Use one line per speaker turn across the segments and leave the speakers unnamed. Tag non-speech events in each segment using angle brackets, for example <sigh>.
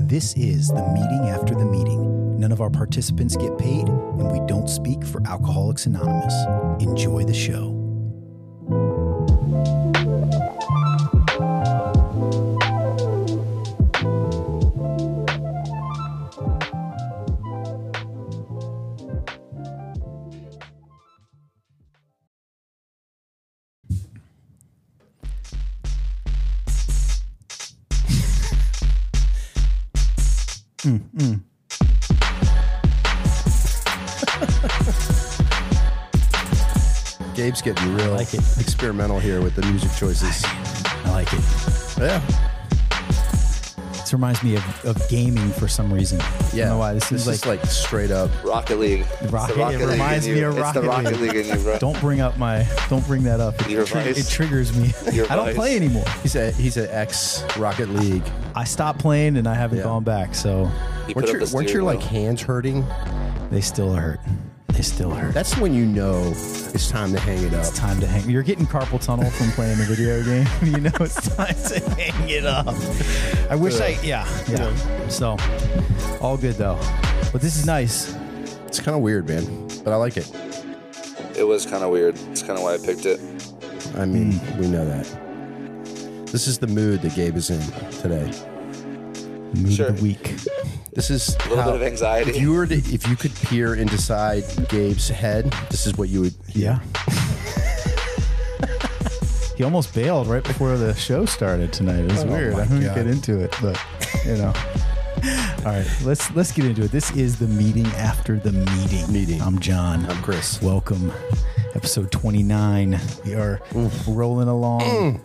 This is the meeting after the meeting. None of our participants get paid, and we don't speak for Alcoholics Anonymous. Enjoy the show.
Gabe's getting real
like it.
experimental here with the music choices.
I like it.
Yeah.
This reminds me of, of gaming for some reason. I
Yeah.
don't know why. This, is
is
like,
like straight up.
Rocket League.
Rocket-
It's the
it reminds
in
me
you.
of
It's the
Rocket
Rocket League in you, bro.
don't bring up my, don't bring that up. It,
Your
tri-
vice.
it triggers me.
Your
<laughs> I don't
vice.
play anymore.
He's a he's an ex Rocket League.
I stopped playing and I haven't
Yeah.
gone back. So
You put
Weren't
up
your
the
weren't your
steering
like
wheel.
hands hurting?
they still hurt. They still hurt.
That's when you know it's time to hang it up.
It's time to hang. You're getting carpal tunnel from playing the video game. <laughs> you know it's time to hang it up. I wish I, yeah, yeah. So, all good though. But this is nice.
It's kind of weird, man, but I like it.
It was kind of weird. It's kind of why I picked it.
I mean, we know that. This is the mood that Gabe is in today.
Mood
Sure.
of the week.
This is a
little bit of anxiety.
If you were to, if you could peer and decide Gabe's head, this is what you would.
Yeah. <laughs> he almost bailed right before the show started tonight. It was weird.
Oh my
I didn't
God.
get into it, but you
<laughs>
know. All right, let's let's get into it. This is the meeting after the meeting.
Meeting.
I'm John.
I'm Chris.
Welcome, episode 29. We are rolling along.
Mm.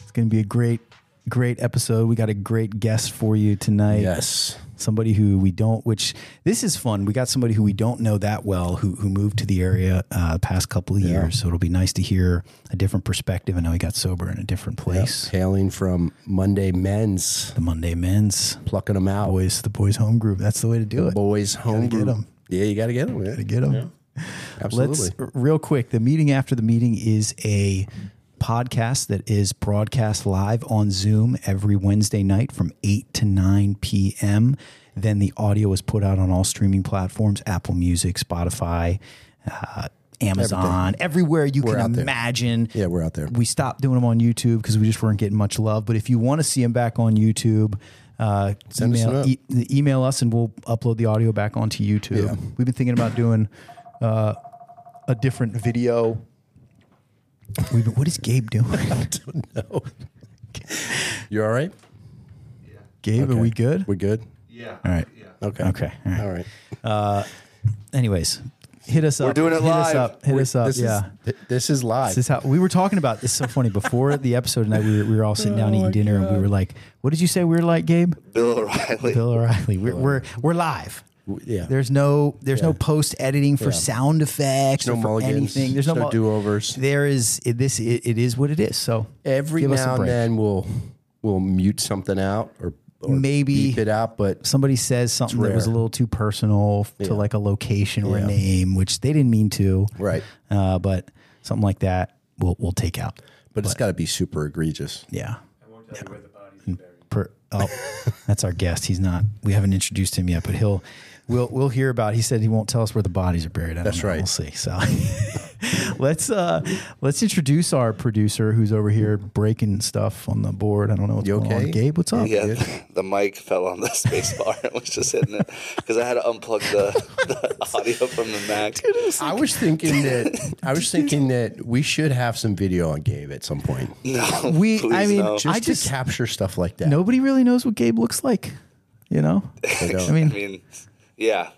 It's going to be a great, great episode. We got a great guest for you tonight.
Yes.
Somebody who we don't, which this is fun. We got somebody who we don't know that well who, who moved to the area uh, past couple of years. So it'll be nice to hear a different perspective. And now he got sober in a different place.
Hailing from Monday Men's,
The Monday men's
plucking them out.
boys, the boys home group. That's the way to do it.
boys home
get
group.
'em.
Yeah, you gotta get them. Man.
Get them.
Absolutely.
Let's real quick. The meeting after the meeting is a podcast that is broadcast live on Zoom every Wednesday night from 8 to 9 p.m. Then the audio is put out on all streaming platforms Apple Music, Spotify, uh, Amazon, everywhere you
out
can
there.
imagine.
yeah, we're out there. <laughs>
We stopped doing them on YouTube because we just weren't getting much love. But if you want to see them back on YouTube, uh,
us
email,
a note.
e- email us and we'll upload the audio back onto YouTube.
Yeah.
We've been thinking about doing uh, a different video. We've been, what is Gabe doing? <laughs>
<laughs> You all right?
Gabe, are
Okay.
we good?
We good?
Yeah.
All right.
Yeah.
Okay.
Okay. All right.
All right.
Anyways, hit us up. We're
doing it
hit Us
live.
up. Hit us up.
This
yeah.
Is, th- this is live.
This is how we were talking about. This is so funny. Before the episode tonight, we were, we were all sitting
Oh
down eating dinner, and we were like, "What did you say we were like, Gabe?"
Bill <laughs> O'Reilly.
Bill O'Reilly. We're we're, we're live.
yeah.
There's no there's no
Yeah.
post editing for
Yeah.
sound effects
There's no
or for
mulligans.
anything. There's no,
There's no do-overs.
There is it, this. It, it is what it is. So
every
give us a
now and
break.
then we'll we'll mute something out or, or
Maybe-
beep it out, but
somebody says something that was a
rare.
little too personal f- to like a location or a name, which they didn't mean to.
Right.
Uh, but something like that, we'll we'll take out.
but it's got to be super egregious.
Yeah.
I won't tell you where the body's buried.
Per,
<laughs>
oh, that's our guest. He's not. We haven't introduced him yet, but he'll. We'll we'll hear about. He said he won't tell us where the bodies are buried. I don't
That's
know.
right.
We'll see. So <laughs> let's uh let's introduce our producer who's over here breaking stuff on the board. I don't know what's
You
going on.
okay?
Gabe, what's up?
Yeah, <laughs> the mic fell on the <laughs> space bar and was just hitting it because I had to unplug the, <laughs> the audio from the Mac.
<laughs> I
<laughs>
was thinking that I was thinking that we should have some video on Gabe at some point,
No,
We-
please,
I mean,
no.
ju-
just
I
to
just-
capture stuff like that.
Nobody really knows what Gabe looks like. You know. I
don't.
I
mean,
mean, yeah,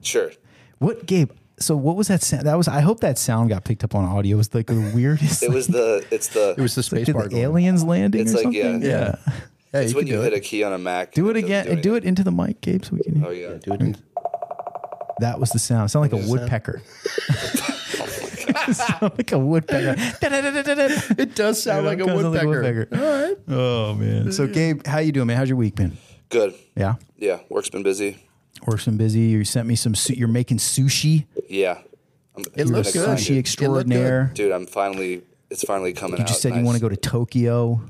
sure.
what Gabe? So what was that sound? That was. I hope that sound got picked up on audio. It was like the <laughs> weirdest.
It was the, it's the,
It was the
like,
space
did
bar.
the aliens landing
It's
or
like,
something?
yeah,
yeah.
Yeah,
it's
you
when
can
you
do
hit
it.
a key on a Mac.
Do it again and do it into the mic, Gabe, so we can hear.
Oh, yeah.
Do it in-
That was the sound. It sounded like a woodpecker. <laughs> It sounded like a woodpecker. Da-da-da-da-da.
It does sound like a
Kinda
woodpecker.
All right. Oh man. So Gabe, how you doing, man? How's your week been?
Good.
Yeah.
Yeah. Work's been busy.
Work's been busy. You sent me some. Su- you're making sushi.
Yeah. I'm,
It
I'm
looks good. It
excited.
Sushi
looked
extraordinaire.
Dude, I'm finally, it's finally coming
You
out.
said you want to go to Tokyo.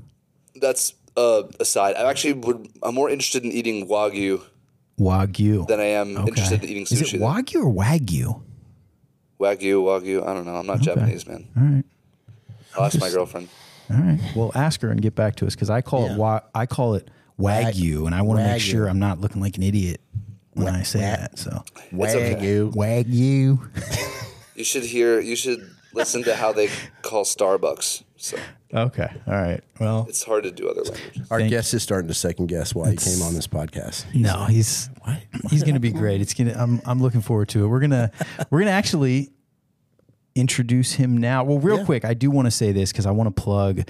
That's uh, aside, I actually would. I'm more interested in eating wagyu
Wagyu.
than I am interested in eating sushi.
Is it Wagyu or Wagyu?
Wagyu, wagyu. I don't know. I'm not Japanese, man.
All right.
I'll ask my girlfriend.
All right. Well, ask her and get back to us because I call it wa- I call it wagyu, and I want to make
Wagyu.
sure I'm not looking like an idiot when I say that. So
okay.
Wagyu.
wagyu.
You should hear. You should listen to how they call Starbucks. So
okay. All right. Well,
it's hard to do other languages.
Our
Thank-
guest is starting to second guess why he came on this podcast.
no, he's he's gonna be great. It's gonna. I'm I'm looking forward to it. We're gonna we're gonna actually introduce him now. Well, real quick, I do want to say this because I want to plug.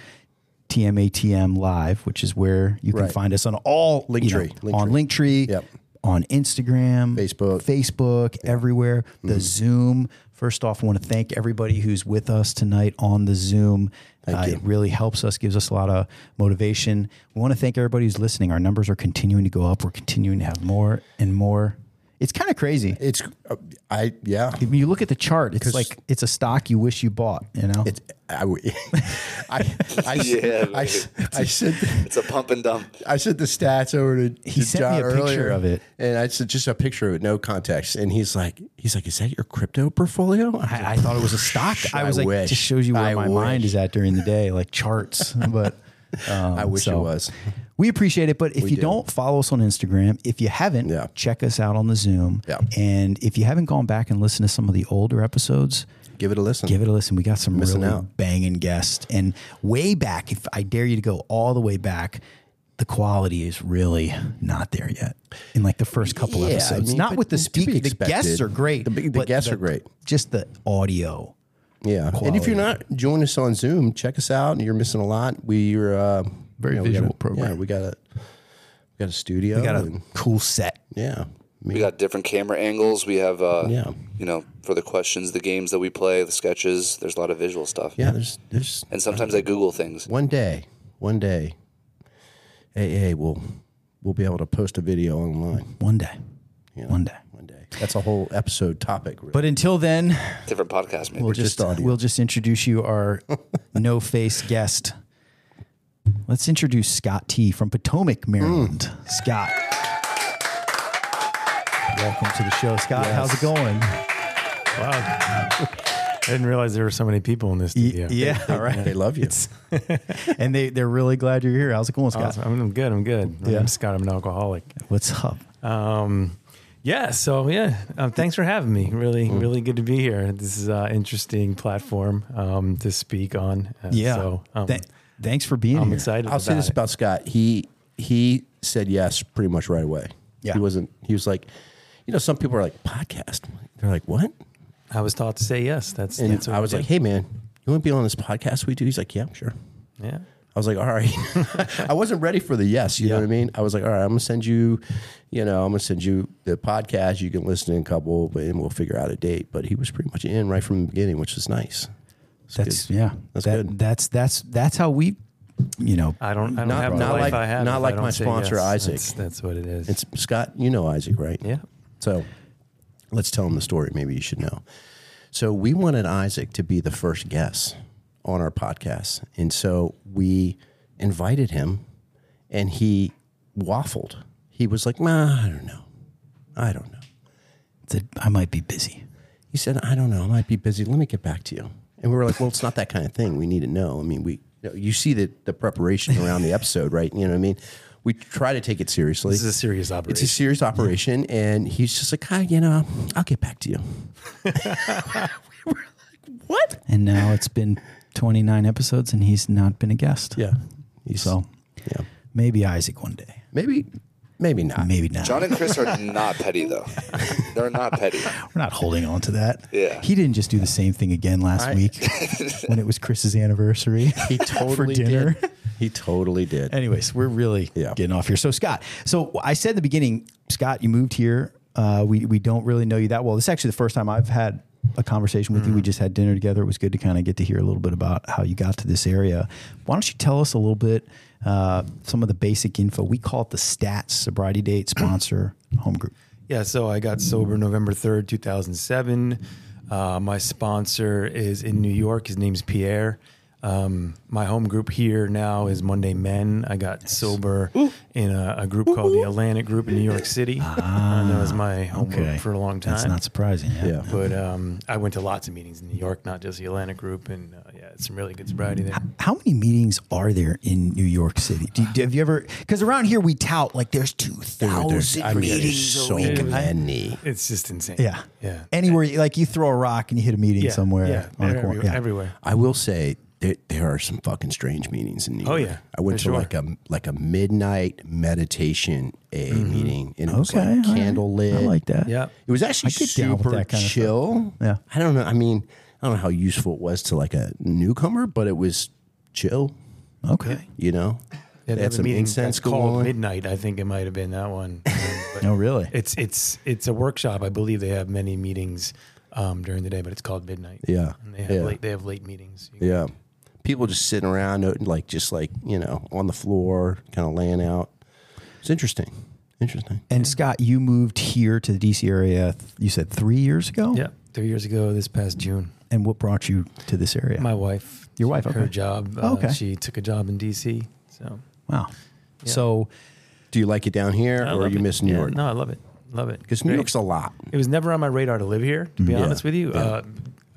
TMATM Live, which is where you can
Right.
find us on all you know,
Linktree, Linktree.
on Linktree,
Yep.
on Instagram,
Facebook. Mm-hmm.
Facebook, everywhere. The Zoom. First off, I want to thank everybody who's with us tonight on the Zoom. Uh, It really helps us, gives us a lot of motivation. We want to thank everybody who's listening. Our numbers are continuing to go up. We're continuing to have more and more. It's kind of crazy.
It's, uh, I, yeah.
When you look at the chart, it's like it's a stock you wish you bought. You know,
It's, I, w- <laughs> I, I,
Yeah,
I, I said,
It's a pump and dump.
I sent the stats over to, to
He sent me
John
a picture
earlier,
of it.
and I said just a picture of it, no context. And he's like, he's like, is that your crypto portfolio? I,
I, I thought it was a stock. I
I
was like,
wish.
just shows you where
I
my mind
wish.
is at during the day, like
<laughs>
charts. But um,
I wish it
so
was.
We appreciate it. But if you do.
do.
not follow us on Instagram, if you haven't,
Yeah.
check us out on the Zoom.
Yeah.
And if you haven't gone back and listened to some of the older episodes,
Give it a listen.
Ah, give it a listen. We got some
Missing
really
out.
banging guests. And way back, if I dare you to go all the way back, the quality is really not there yet in like the first couple
Yeah, I
episodes.
mean,
not
but
with the
to be
speaker. The guests
expected.
are great.
The big- the
but
guests are great.
Just the audio.
yeah. And if you're not joining us on Zoom, check us out. You're missing a lot. We're uh,
Very
we got
visual
a-
program.
Yeah, we got a we got a studio.
We got a
and-
cool set.
yeah. Me-
We got different camera angles. We have, uh,
Yeah.
you know, for the questions, the games that we play, the sketches. There's a lot of visual stuff.
yeah. There's there's
And sometimes I Google things.
one day, one day, AA will we'll be able to post a video online.
One day. One day.
One day. That's a whole episode topic. Really.
But until then,
Different podcast, maybe.
we'll just,
just audio.
we'll just introduce you our no face guest. Let's introduce Scott T from Potomac, Maryland. Scott. Welcome to the show, Scott. How's it going?
<laughs> I didn't realize there were so many people in this studio.
yeah, all right.
they love you.
And they, they're really glad you're here. How's it going, Scott?
Awesome. I'm, I'm good. I'm good.
Yeah.
I'm Scott. I'm an alcoholic.
What's up?
Um, yeah. So yeah. Um, thanks for having me. Really,
Mm.
really good to be here. This is an interesting platform um, to speak on. Uh,
Yeah.
So um,
Th- thanks for being
I'm
here.
excited.
I'll say
about
this
it.
about Scott. He he said yes pretty much right away.
Yeah.
He wasn't he was like, you know, some people are like, podcast. They're like, what?
I was taught to say yes. That's.
And
that's what
I was
do.
like, hey man, you want to be on this podcast we do? He's like, Yeah, sure.
Yeah.
I was like, all right. <laughs> I wasn't ready for the yes. You know what I mean? I was like, all right, I'm gonna send you, you know, I'm gonna send you the podcast. You can listen in a couple, but and we'll figure out a date. But he was pretty much in right from the beginning, which was nice. It's
That's
good.
yeah.
That's
that,
good.
That's that's that's how we, you know,
I don't. I don't
Not-
have
not
the life
like-
I have.
not
if I
like
don't
my
say
sponsor,
yes.
Isaac.
That's, that's what it is.
It's Scott, you know Isaac, right?
yeah.
So let's tell him the story. Maybe you should know. So we wanted Isaac to be the first guest on our podcast. And so we invited him and he waffled. He was like, "Nah, I don't know. I don't know.
that I might be busy.
He said, I don't know. I might be busy. Let me get back to you. And we were like, well, it's not that kind of thing. We need to know. I mean, we you, know, you see the, the preparation around the episode, right? You know what I mean? We try to take it seriously.
This is a serious
It's a
operation.
serious operation, and he's just like, "Hi, you know, I'll get back to you."
What? And now it's been 29 episodes and he's not been a guest.
he's,
So
yeah,
maybe Isaac one day.
maybe, maybe not.
Maybe not.
John and Chris are not petty,
<laughs>
though. They're not petty.
We're not holding on to that.
Yeah.
He didn't just do the same thing again last
I-
week when it was Chris's anniversary.
<laughs> He
<laughs>
totally
for dinner.
did. He totally
<laughs>
did.
Anyways, we're really
Yeah.
getting off here. So Scott, so I said in the beginning, Scott, you moved here. Uh, we we don't really know you that well. This is actually the first time I've had a conversation with you. We just had dinner together. It was good to kind of get to hear a little bit about how you got to this area. Why don't you tell us a little bit uh, some of the basic info? We call it the stats sobriety date sponsor home group.
Yeah, so I got sober November 3rd, 2007. Uh, my sponsor is in New York. His name's Pierre. Um, my home group here now is Monday Men. I got sober in a, a group called the Atlantic Group in New York City. and that was my home
Ah, Okay.
group for a long time.
That's not surprising. Yeah.
Yeah.
but um, I went to lots of meetings in New York, not just the Atlantic Group, and uh, yeah, it's some really good sobriety there.
How many meetings are there in New York City? Do, do- have you ever? Because around here we tout like there's two thousand
I mean, there's
meetings
so
a week.
many.
It's just insane.
Yeah,
yeah,
Anywhere, you- like you throw a rock and you hit a meeting
Yeah.
somewhere
Yeah,
on a
They're
corner.
everywhere. everywhere.
I will say there, there are some fucking strange meetings in New York.
Oh, yeah,
I went to
for sure.
like a like a midnight meditation AA meeting, and it was
Okay, all
like
right.
candle lit.
I like that.
Mm-hmm. Yeah.
It was actually
I get down with
super
that kind of stuff.
chill.
Yeah.
I don't know. I mean, I don't know how useful it was to like a newcomer, but it was chill.
Okay.
You know,
Yeah,
They had
they have a
some
meeting
incense
that's called
going.
Midnight. I think it might have been that
<laughs>
one. But
No, Oh, really.
it's it's it's a workshop. I believe they have many meetings um, during the day, but it's called Midnight.
Yeah.
and they have
Yeah.
late they have late meetings. You-
Yeah. People just sitting around, uh, like just like you know, on the floor, kind of laying out. It's interesting. Interesting.
and Scott, you moved here to the DC area. th- You said three years ago.
Yeah, three years ago this past June,
And what brought you to this area?
my wife,
Your wife,
her
okay.
job,
Oh,
uh,
okay.
she took a job in D.C. So
wow. So
Do you like it down here,
I
or
love
you
it.
miss New
Yeah,
York?
No, I love it, love it.
Because New
Great.
York's a lot.
It was never on my radar to live here, to be
Yeah.
honest with you.
Yeah.
Uh,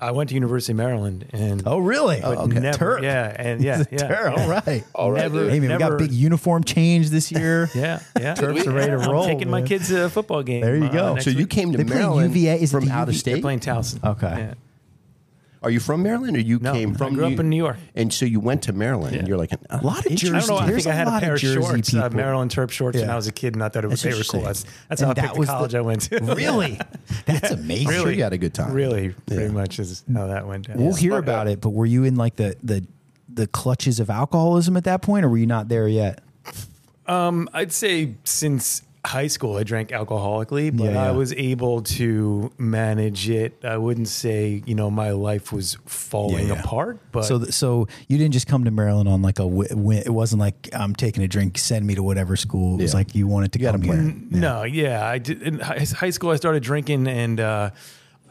I went to University of Maryland, and
Oh, really?
but
Oh, okay.
never-
Terp.
yeah, and
<laughs>
yeah, yeah,
Terp,
yeah.
All right.
All right,
Never-
dude.
Hey man, we got
never-
big uniform change
<laughs>
this year.
Yeah, yeah.
Terps
are ready to
I'm
roll,
taking my
man.
kids to a football game.
There you
uh,
go.
next
So you
week.
came to
They play
Maryland
UVA is it
from
the
out of
UVA?
They're
state.
playing Towson.
Okay.
Yeah.
Are you from Maryland, or you
No,
came
I
from?
grew up
you-
in New York.
and so you went to Maryland, and
Yeah.
you're like a
lot of
I
Jersey-
don't know. I
There's
think I
a
had a
lot of
pair of
Jersey
shorts, uh,
people.
Maryland <laughs> Terp shorts, when
Yeah.
I was a kid, and I thought it was they were
interesting.
cool. That's, that's
And
how I
that
picked the
was the-
college I went to. <laughs>
Really? That's amazing.
Really? you had a good time.
Really, pretty much is how that went down.
We'll hear about it, but were you in like the the the clutches of alcoholism at that point, or were you not there yet?
I'd say since high school, I drank alcoholically, but
Yeah, yeah.
I was able to manage it. I wouldn't say, you know, my life was falling
Yeah, yeah.
apart, but
So, th- so you didn't just come to Maryland on like a wi- win. It wasn't like I'm taking a drink, send me to whatever school. It was
Yeah.
like you wanted to
You had a
come here.
N- No, yeah, I did. In hi- high school, I started drinking, and uh,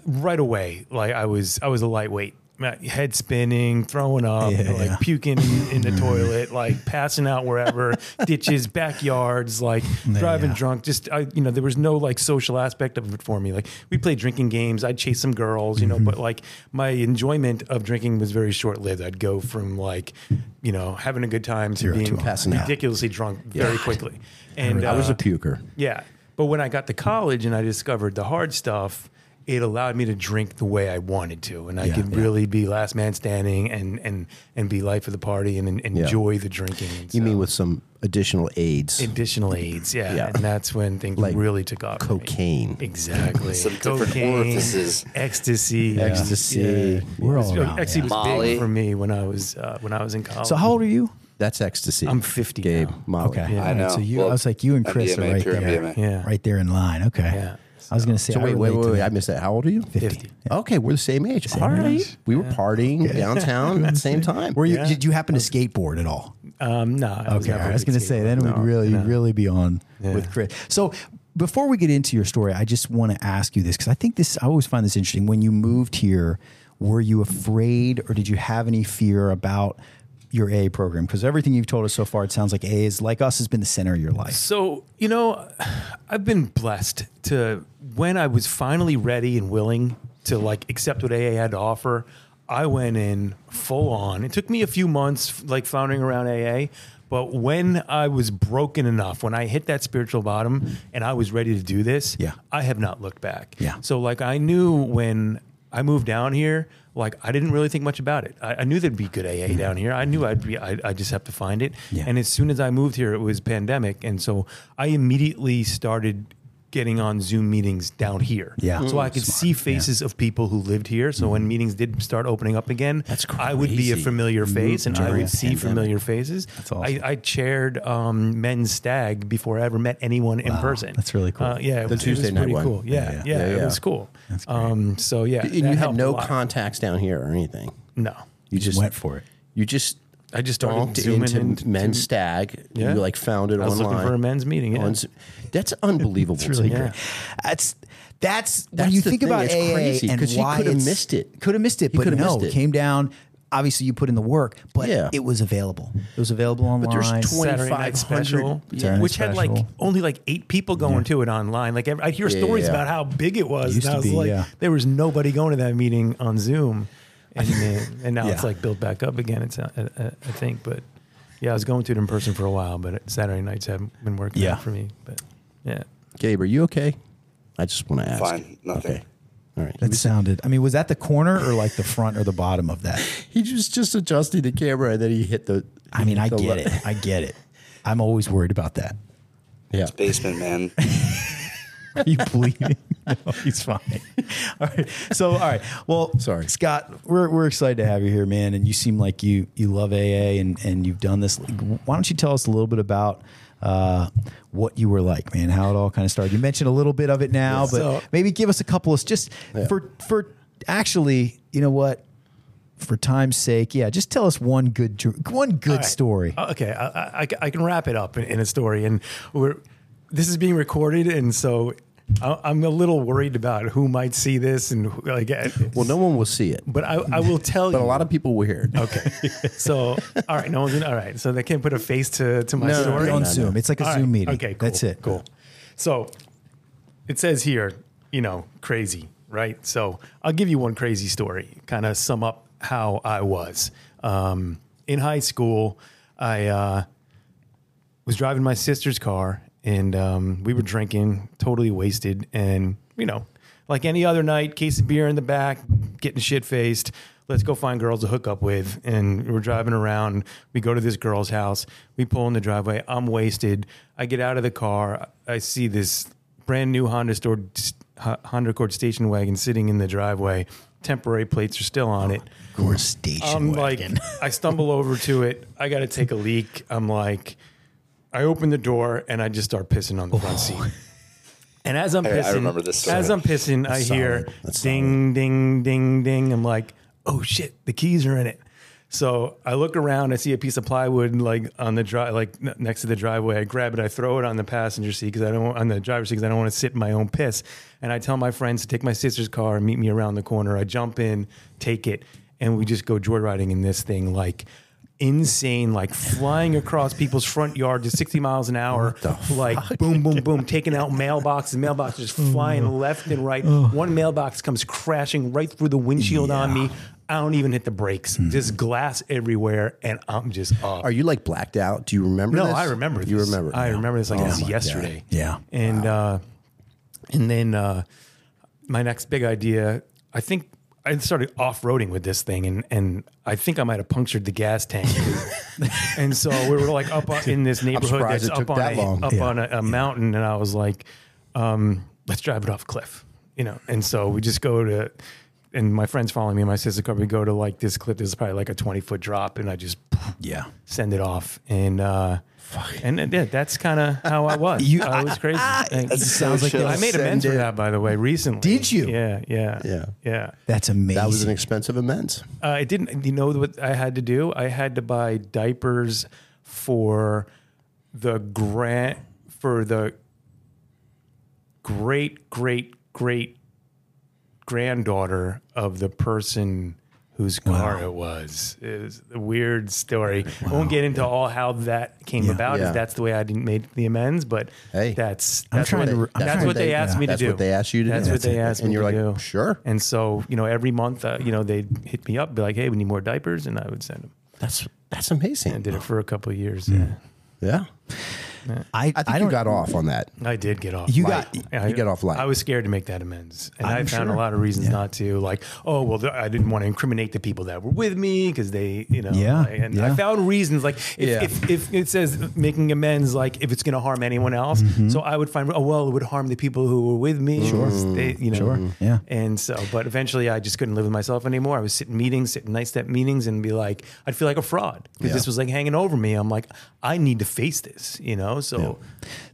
right away, like I was, I was a lightweight. My Head spinning, throwing up,
Yeah,
like
yeah.
puking in, in the toilet, like passing out wherever, ditches, backyards, like driving
yeah.
drunk. Just I, you know, there was no like social aspect of it for me. Like we played drinking games, I'd chase some girls, you know, but like my enjoyment of drinking was very short lived. I'd go from like, you know, having a good time to being
to
passing out.
ridiculously drunk very quickly. And
I was
uh,
a puker.
yeah. But when I got to college and I discovered the hard stuff, it allowed me to drink the way I wanted to. And I
Yeah,
could
yeah.
really be last man standing and and and be life of the party and, and enjoy the drinking. And
You
so-
mean with some additional aids,
additional aids, yeah.
Yeah.
And that's when things
Like
really took off. for me.
cocaine,
Exactly.
<laughs> Some different orifices.
Ecstasy.
ecstasy?
We're all
It was-
around.
Ecstasy
yeah.
was
Molly.
big for me when I was uh, when I was in college.
So, how old are you?
That's ecstasy.
I'm 50
Gabe,
now.
Molly.
Okay,
Oh, Yeah.
All right,
I
So
know.
you,
Well,
I was like, you and Chris
MDMA,
are right
pure
there,
MDMA.
Yeah.
right there in line. Okay.
Yeah.
I was gonna say,
So
I
wait, wait,
relate
wait,
to
wait. I
that.
missed that. How old are you?
50.
Okay, we're the same age. All right.
age.
We were partying downtown at the same time.
Were you?
Yeah.
Did you happen to skateboard at all?
Um, no. I was
Okay,
never
I was
a
going to
big
say
skateboarder.
then
No.
we'd really,
No.
really be on
Yeah.
with Chris. So before we get into your story, I just want to ask you this because I think this I always find this interesting. When you moved here, were you afraid or did you have any fear about your AA program? Because everything you've told us so far, it sounds like AA is like us has been the center of your life.
So, you know, I've been blessed to when I was finally ready and willing to like accept what AA had to offer, I went in full on. It took me a few months like floundering around AA, but when I was broken enough, when I hit that spiritual bottom and I was ready to do this,
Yeah.
I have not looked back.
Yeah.
So like I knew when I moved down here, like I didn't really think much about it. I, I knew there'd be good AA down here. I knew I'd be. I, I just have to find it.
Yeah.
And as soon as I moved here, it was pandemic, and so I immediately started getting on Zoom meetings down here.
Yeah. Mm-hmm.
So I could
Smart.
see faces of people who lived here. So when meetings did start opening up again,
That's
I would be a
crazy.
familiar face, and I
during
would see
pandemic.
familiar faces.
That's awesome.
I, I chaired um, men's stag before I ever met anyone in person.
That's really cool.
Uh, yeah, it
The
was,
Tuesday
it was
night
pretty
one.
cool. Yeah, yeah,
Yeah,
yeah.
it was cool. Um, so yeah,
And you
that
had
helped a
no
lot.
contacts down here or anything.
no.
You just
went for it.
You just
I just started
bonked
zooming
into
into- <laughs>
men's stag.
Yeah.
You like found it
I was
online.
looking for a men's meeting. Yeah.
On Zo-
<laughs>
That's unbelievable.
It's really
to me.
great.
Yeah.
That's that's, when
That's
you
the
think
thing,
about
it's
AA
crazy,
and
'cause he
why
could have
it's-
missed it.
Could have missed it,
He
but
could have
no,
missed it.
came down. obviously you put in the work, but
Yeah.
it was available. It was available online.
there's 20
Saturday Night
2500
Special,
Saturday Night
which had like
Special.
only like eight people going to it online. Like I hear
Yeah,
stories
yeah.
about how big it was,
Used
and I
to
was
be,
like,
yeah.
there was nobody going to that meeting on Zoom,
<laughs>
and then, and now it's
Yeah.
like built back up again. It's uh, uh, uh, I think, but yeah, I was going to it in person for a while, but Saturday nights haven't been working
Yeah.
out for me. But yeah,
Gabe, are you okay? I just want to ask.
Fine, nothing.
Okay. All right.
That sounded. I mean, was that the corner or like the front or the bottom of that?
He just just adjusted the camera and then he hit the.
I mean, I
the
get
le-
it. I get it. I'm always worried about that.
Yeah.
Basement man.
Are you bleeding? no, he's fine. <laughs> All right. So, all right. Well,
Sorry.
Scott. We're, we're excited to have you here, man. And you seem like you you love AA and and you've done this. Why don't you tell us a little bit about uh, what you were like, man? How it all kind of started. You mentioned a little bit of it now, but
So-
maybe give us a couple of just
Yeah.
for for actually, you know what? For time's sake, yeah. Just tell us one good dr- one good
All right.
story.
Uh, Okay, I, I- I, ca- I can wrap it up in, in a story, and we're this is being recorded, and so I, I'm a little worried about who might see this, and who, like, uh,
Well, no one will see it,
but I, I will tell
but a
you.
lot of people will hear it.
okay, so all right, no one's gonna, all right, so they can't put a face to to my
No, no,
story
on
no, no.
Zoom, it's like a
All
Zoom
right,
meeting.
Okay, cool,
that's it.
Cool. So it says here, you know, crazy, right? So I'll give you one crazy story, kind of sum up how I was. Um, in high school, I uh, was driving my sister's car and um, we were drinking, totally wasted. And, you know, like any other night, case of beer in the back, getting shit faced. Let's go find girls to hook up with. And we're driving around. We go to this girl's house. We pull in the driveway. I'm wasted. I get out of the car. I see this brand new Honda store, Honda Accord station wagon sitting in the driveway. Temporary plates are still on it.
Gore station.
I'm <laughs>
wagon.
like, I stumble over to it. I got to take a leak. I'm like, I open the door and I just start pissing on the front seat. Oh. <laughs> And as I'm
I
pissing,
remember this story.
as I'm pissing, I hear
solid. That's
ding, ding, ding, ding. I'm like, oh shit, the keys are in it. So I look around, I see a piece of plywood like on the drive, like n- next to the driveway. I grab it, I throw it on the passenger seat because I don't on the driver's seat because I don't want to sit in my own piss. And I tell my friends to take my sister's car and meet me around the corner. I jump in, take it, and we just go joyriding in this thing like insane, like flying across people's front yard to 60 miles an hour, like boom, boom, boom, taking out mailboxes, mailboxes just flying left and right. One mailbox comes crashing right through the windshield on me. I don't even hit the brakes. Just glass everywhere, and I'm just oh, up.
Are you like blacked out? Do you remember?
No,
this?
I remember. This.
You remember? it
I
now.
remember this like
Oh
it's
my God.
yesterday.
Yeah.
and uh, and then uh, my next big idea, I think I started off roading with this thing, and and I think I might have punctured the
<laughs>
gas tank. and so we were like up on- in this neighborhood
surprised
that's
it took
up on
that
a,
long.
up on a, a mountain, and I was like, um, let's drive it off a cliff, you know. And so we just go to. And my friends following me and my sister car, we go to like this cliff. This is probably like a 20 foot drop. And I just
yeah.
send it off and uh and uh, yeah, that's kind of how I was.
You-
I was crazy. Thanks.
It sounds like
so
that.
I made
send
amends for
it.
that, by the way, recently.
Did you?
Yeah, yeah,
Yeah.
yeah.
That's amazing.
That was an expensive amends.
Uh, I didn't. You know what I had to do? I had to buy diapers for the grant for the great great great granddaughter of the person whose car it was. It was a weird story. I won't get into all how that came about.
Yeah.
That's the way I didn't make the amends, but
Hey.
that's
I'm
that's
trying
what,
to re- I'm
that's
trying
what
to-
they asked
yeah.
me to
That's
do.
what they asked you to
That's
do.
what they
That's it.
asked
And
me
you're
to
like,
do.
sure.
And so, you know, every month, uh, you know, they'd hit me up, be like, hey, we need more diapers. And I would send them.
That's that's
And
amazing.
did it for a couple of years.
Yeah.
I,
I think you
don't,
got off on that.
Yeah. I did get off.
You
Light.
got
I,
you got off light.
I was scared to make that amends. And i
I'm
found
sure.
a lot of reasons not to. Like, oh, well, th- I didn't want to incriminate the people that were with me because they, you know.
Yeah,
like- and
yeah.
I found reasons. Like, if,
Yeah.
if, if it says making amends, like if it's going to harm anyone else.
Mm-hmm.
So I would find, oh, well, it would harm the people who were with me. Sure. you know,
Sure, yeah.
And so, but eventually I just couldn't live with myself anymore. I was sitting meetings, sitting night step meetings and be like, I'd feel like a fraud because
Yeah.
this was like hanging over me. I'm like, I need to face this, you know? So.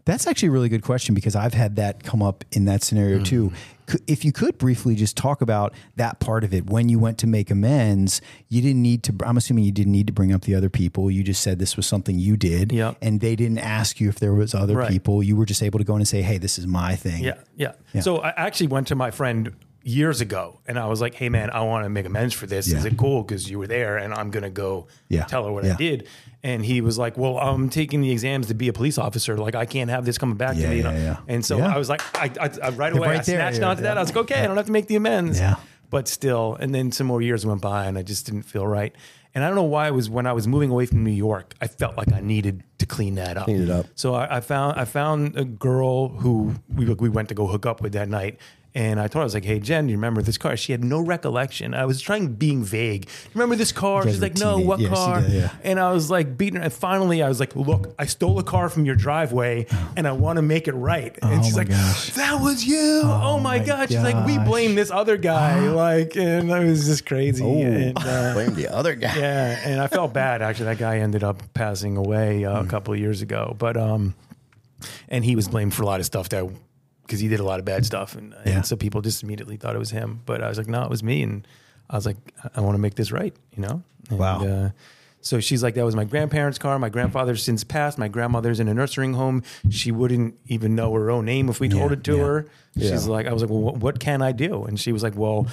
That's actually a really good question because I've had that come up in that scenario too. C- If you could briefly just talk about that part of it, when you went to make amends, you didn't need to. I'm assuming you didn't need to bring up the other people. You just said this was something you did,
Yep.
and they didn't ask you if there was other
Right.
people. You were just able to go in and say, "Hey, this is my thing."
Yeah, yeah. So I actually went to my friend years ago, and I was like, "Hey, man, I want to make amends for this. Is
Yeah.
it cool? Because you were there, and I'm gonna go
Yeah.
tell her what
Yeah.
I did." And he was like, "Well, I'm taking the exams to be a police officer. Like, I can't have this coming back
Yeah,
to me."
yeah,
and,
yeah.
and so
Yeah.
I was like, I, I, I right away,
right
I
there,
snatched
yeah,
onto that.
yeah.
I was like, "Okay, I don't have to make the amends."
Yeah.
But still, and then some more years went by, and I just didn't feel right. And I don't know why it was when I was moving away from New York, I felt like I needed to clean that up.
Clean it up.
So I, I found I found a girl who we we went to go hook up with that night. And I told her, I was like, hey, Jen, do you remember this car? She had no recollection. I was trying being vague. "You Remember this car?
guys
She's
were
like, no,
teenage-
what
yeah, she
car?
did, yeah.
And I was like, beating her. And finally, I was like, look, I stole a car from your driveway and I want to make it right. And
Oh
she's
my
like,
gosh.
that was you. Oh, my
my
God. She's like, we
gosh.
blame this other <gasps> guy. Like, and I was just crazy. And, uh,
Blame the other guy.
<laughs> yeah, and I felt bad actually. That guy ended up passing away uh, a couple of years ago, but um, and he was blamed for a lot of stuff that because he did a lot of bad stuff, and, and
Yeah.
so people just immediately thought it was him. But I was like, no, it was me, and I was like, I, want to make this right, you know. And,
Wow.
Uh, so she's like, that was my grandparents' car. My grandfather's since passed. My grandmother's in a nursing home. She wouldn't even know her own name if we told
Yeah,
it to
yeah.
her. She's like, I was like, well, what, what can I do? And she was like, well,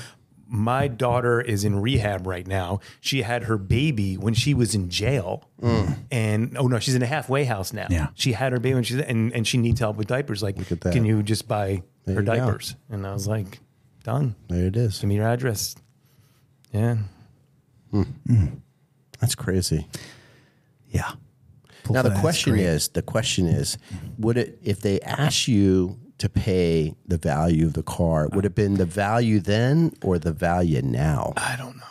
my daughter is in rehab right now. She had her baby when she was in jail,
Mm.
and oh no, she's in a halfway house now.
Yeah.
she had her baby when she's and and she needs help with diapers. Like,
at that.
can you just buy her
you go.
diapers? And I was like, done.
There it is.
Give me your address. Yeah,
That's crazy.
Yeah. Pull
now
for
the
that.
question is, the question is, would it if they asked you to pay the value of the car, would it have been the value then or the value now?
I don't know.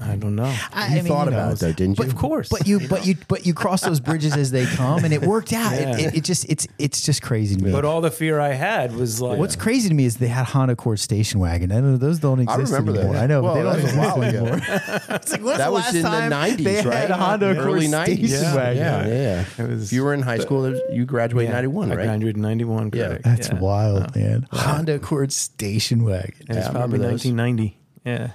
I don't know.
I,
You
I mean,
thought
you know,
about it though, didn't you?
Of course,
But you, but you, but you cross those bridges as they come, and it worked out. It-
Yeah.
It, it, just, it's, it's just crazy to me.
But all the fear I had was like,
What's crazy to me is they had Honda Accord station wagon. I know those don't
I
exist
remember that.
anymore. I know,
Well,
but
that
they
was
don't
a while
exist
ago. <laughs>
anymore. it's like, when's
That
the
was
last
in the
time
90s,
they
right?
Had a Honda Accord
Early 90s.
station
Yeah,
wagon.
Yeah, yeah.
It was-
if you were in high school, there's- you graduated in ninety one,
I
right?
graduated in ninety one.
Yeah.
correct.
That's
Yeah.
wild, man. Honda Accord station wagon.
It was
Yeah, I
probably
remember those.
1990. Yeah.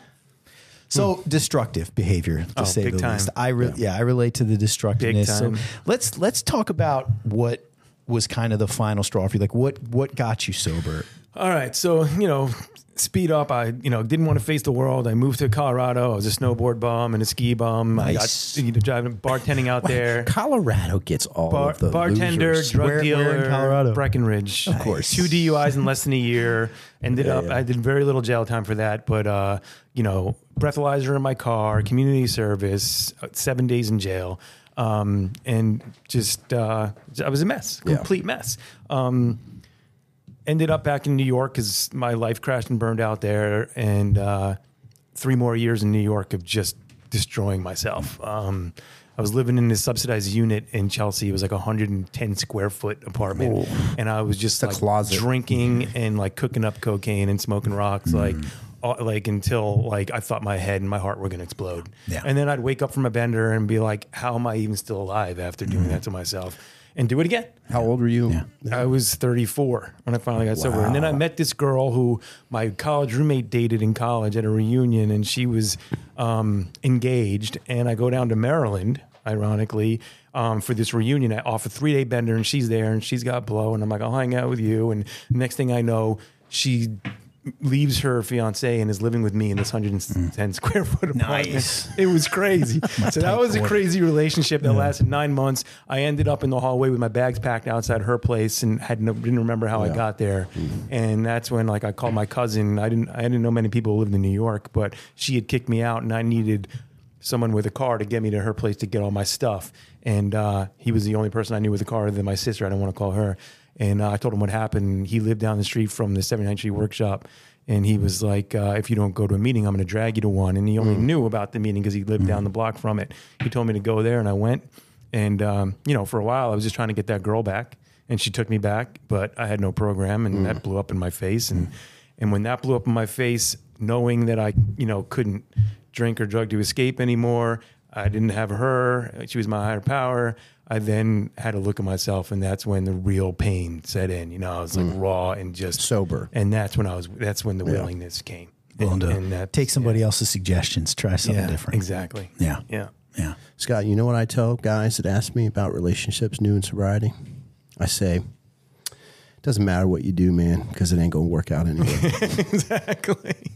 So destructive behavior, to
Oh,
say
big
the
time.
least. I re- yeah. I relate to the destructiveness.
Big
So
time.
let's let's talk about what was kind of the final straw for you. Like what what got you sober?
All right. So, you know, speed up. I, you know, didn't want to face the world. I moved to Colorado. I was a snowboard bum and a ski bum.
Nice.
I got you know, driving, bartending out there.
Colorado gets all
Bar,
of the
bartender,
losers.
drug
Where- where in
dealer,
Colorado?
Breckenridge. Of
course.
Two DUIs in less than a year. Ended up,
yeah.
I did very little jail time for that, but, uh, you know, breathalyzer in my car, community service, uh, seven days in jail. Um, and just, uh, I was a mess, complete mess. Um, ended up back in New York because my life crashed and burned out there, and uh, three more years in New York of just destroying myself. Um, I was living in this subsidized unit in Chelsea. It was like a 110 square foot apartment, and I was just like
closet.
drinking and like cooking up cocaine and smoking rocks, like. all- Like until like I thought my head and my heart were gonna explode,
Yeah.
and then I'd wake up from a bender and be like, "How am I even still alive after doing that to myself?" And do it again.
How old were you?
I was 34 when I finally got sober. And then I met this girl who my college roommate dated in college at a reunion, and she was um, engaged. And I go down to Maryland, ironically, um, for this reunion. I off a three day bender, and she's there, and she's got blow. And I'm like, I'll hang out with you. And next thing I know, she leaves her fiance and is living with me in this 110 square foot apartment.
Nice.
<laughs> It was crazy. so that was a
quarter.
crazy relationship that lasted nine months. I ended up in the hallway with my bags packed outside her place and had no, didn't remember how I got there. And that's when like I called my cousin. I didn't I didn't know many people who lived in New York, but she had kicked me out and I needed someone with a car to get me to her place to get all my stuff. And uh, he was the only person I knew with a car other than my sister. I don't want to call her. And uh, I told him what happened. He lived down the street from the 79th Street Workshop. And he was like, uh, if you don't go to a meeting, I'm going to drag you to one. And he only knew about the meeting because he lived down the block from it. He told me to go there, and I went. And, um, you know, for a while, I was just trying to get that girl back. And she took me back, but I had no program, and that blew up in my face. And, and when that blew up in my face, knowing that I, you know, couldn't drink or drug to escape anymore, I didn't have her. She was my higher power. I then had a look at myself, and that's when the real pain set in. You know, I was like
Mm.
raw and just
Sober.
and that's when I was. That's when the willingness came.
Willing
and,
to
and that
take somebody else's suggestions, try something different.
Exactly.
Yeah.
Yeah. <laughs>
Yeah.
Scott, you know what I tell guys that ask me about relationships new in sobriety? I say, doesn't matter what you do, man, because it ain't gonna work out anyway.
exactly. <laughs>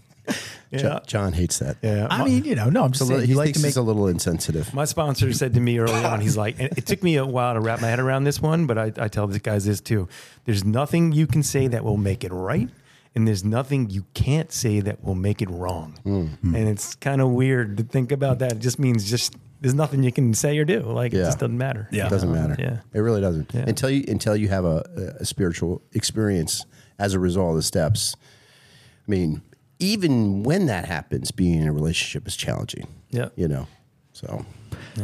Yeah.
John, John hates that.
yeah.
I mean, you know, no, I'm
It's a
just
little,
saying
he
you like
thinks
to make
it's a little insensitive.
My sponsor said to me early on, he's like, and it took me a while to wrap my head around this one, but I, I tell these guys this too. There's nothing you can say that will make it right, and there's nothing you can't say that will make it wrong.
Hmm.
And it's kind of weird to think about that. It just means just there's nothing you can say or do. Like it
Yeah.
just doesn't matter.
Yeah.
It doesn't matter.
Yeah.
It really doesn't. Until you until you have a, a spiritual experience as a result of the steps. I mean, even when that happens, being in a relationship is challenging.
Yeah.
You know. So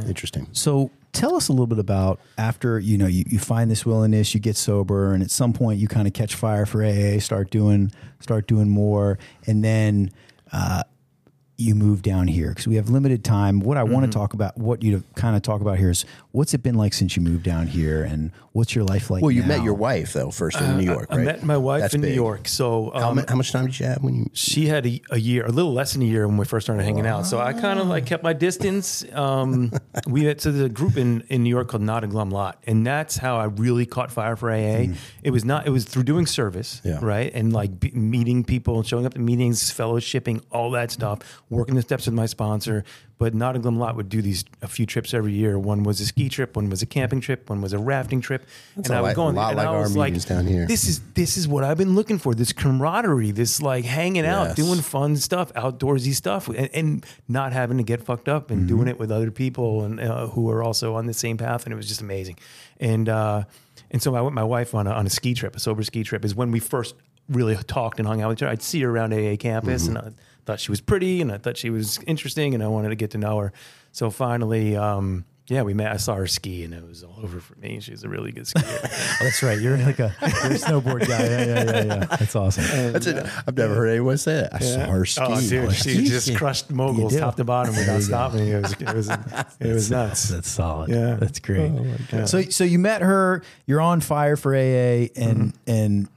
interesting.
So tell us a little bit about after you know you, you find this willingness, you get sober, and at some point you kind of catch fire for AA, start doing start doing more, and then uh, you move down here because we have limited time. What I
Mm-hmm.
want to talk about, what you kind of talk about here is what's it been like since you moved down here, and what's your life like?
Well, you
now?
met your wife though first in New York,
uh, I
right?
met my wife
That's
in New
big.
York. So um,
How, mu- how much time did you have when you?
she had a, a year, a little less than a year when we first started hanging out. So I kind of like kept my distance.
<laughs>
Um, we had, so there's a group in, in New York called Not a Glum Lot. And that's how I really caught fire for AA. It was not, it was through doing service,
Mm-hmm. Yeah.
right? And like be, meeting people and showing up to meetings, fellowshipping, all that stuff, working the steps with my sponsor. But Not a Glum Lot would do these a few trips every year. One was a ski trip, one was a camping trip, one was a rafting trip.
a lot-
on-
lot like our meetings down here.
This is this is what I've been looking for. This camaraderie, this like hanging
Yes.
out, doing fun stuff, outdoorsy stuff, and, and not having to get fucked up and doing it with other people and uh, who are also on the same path. And it was just amazing. And uh, and so I went my wife on a, on a ski trip, a sober ski trip, is when we first really talked and hung out with her. I'd see her around AA campus, and I thought she was pretty, and I thought she was interesting, and I wanted to get to know her. So finally. Um, yeah, we met. I saw her ski, and it was all over for me. She's a really good skier.
Oh, that's right. You're like a, you're a snowboard guy. Yeah, yeah, yeah, yeah. That's
<laughs>
awesome.
That's it. I've never heard anyone say that. I saw her ski.
Oh, dude, she just
Yeah.
crushed moguls
You do.
top to bottom without stopping. It was, it was,
<laughs>
it was nuts.
That's solid.
Yeah. Oh,
that's great. So, so you met her. You're on fire for AA,
Mm-hmm.
and and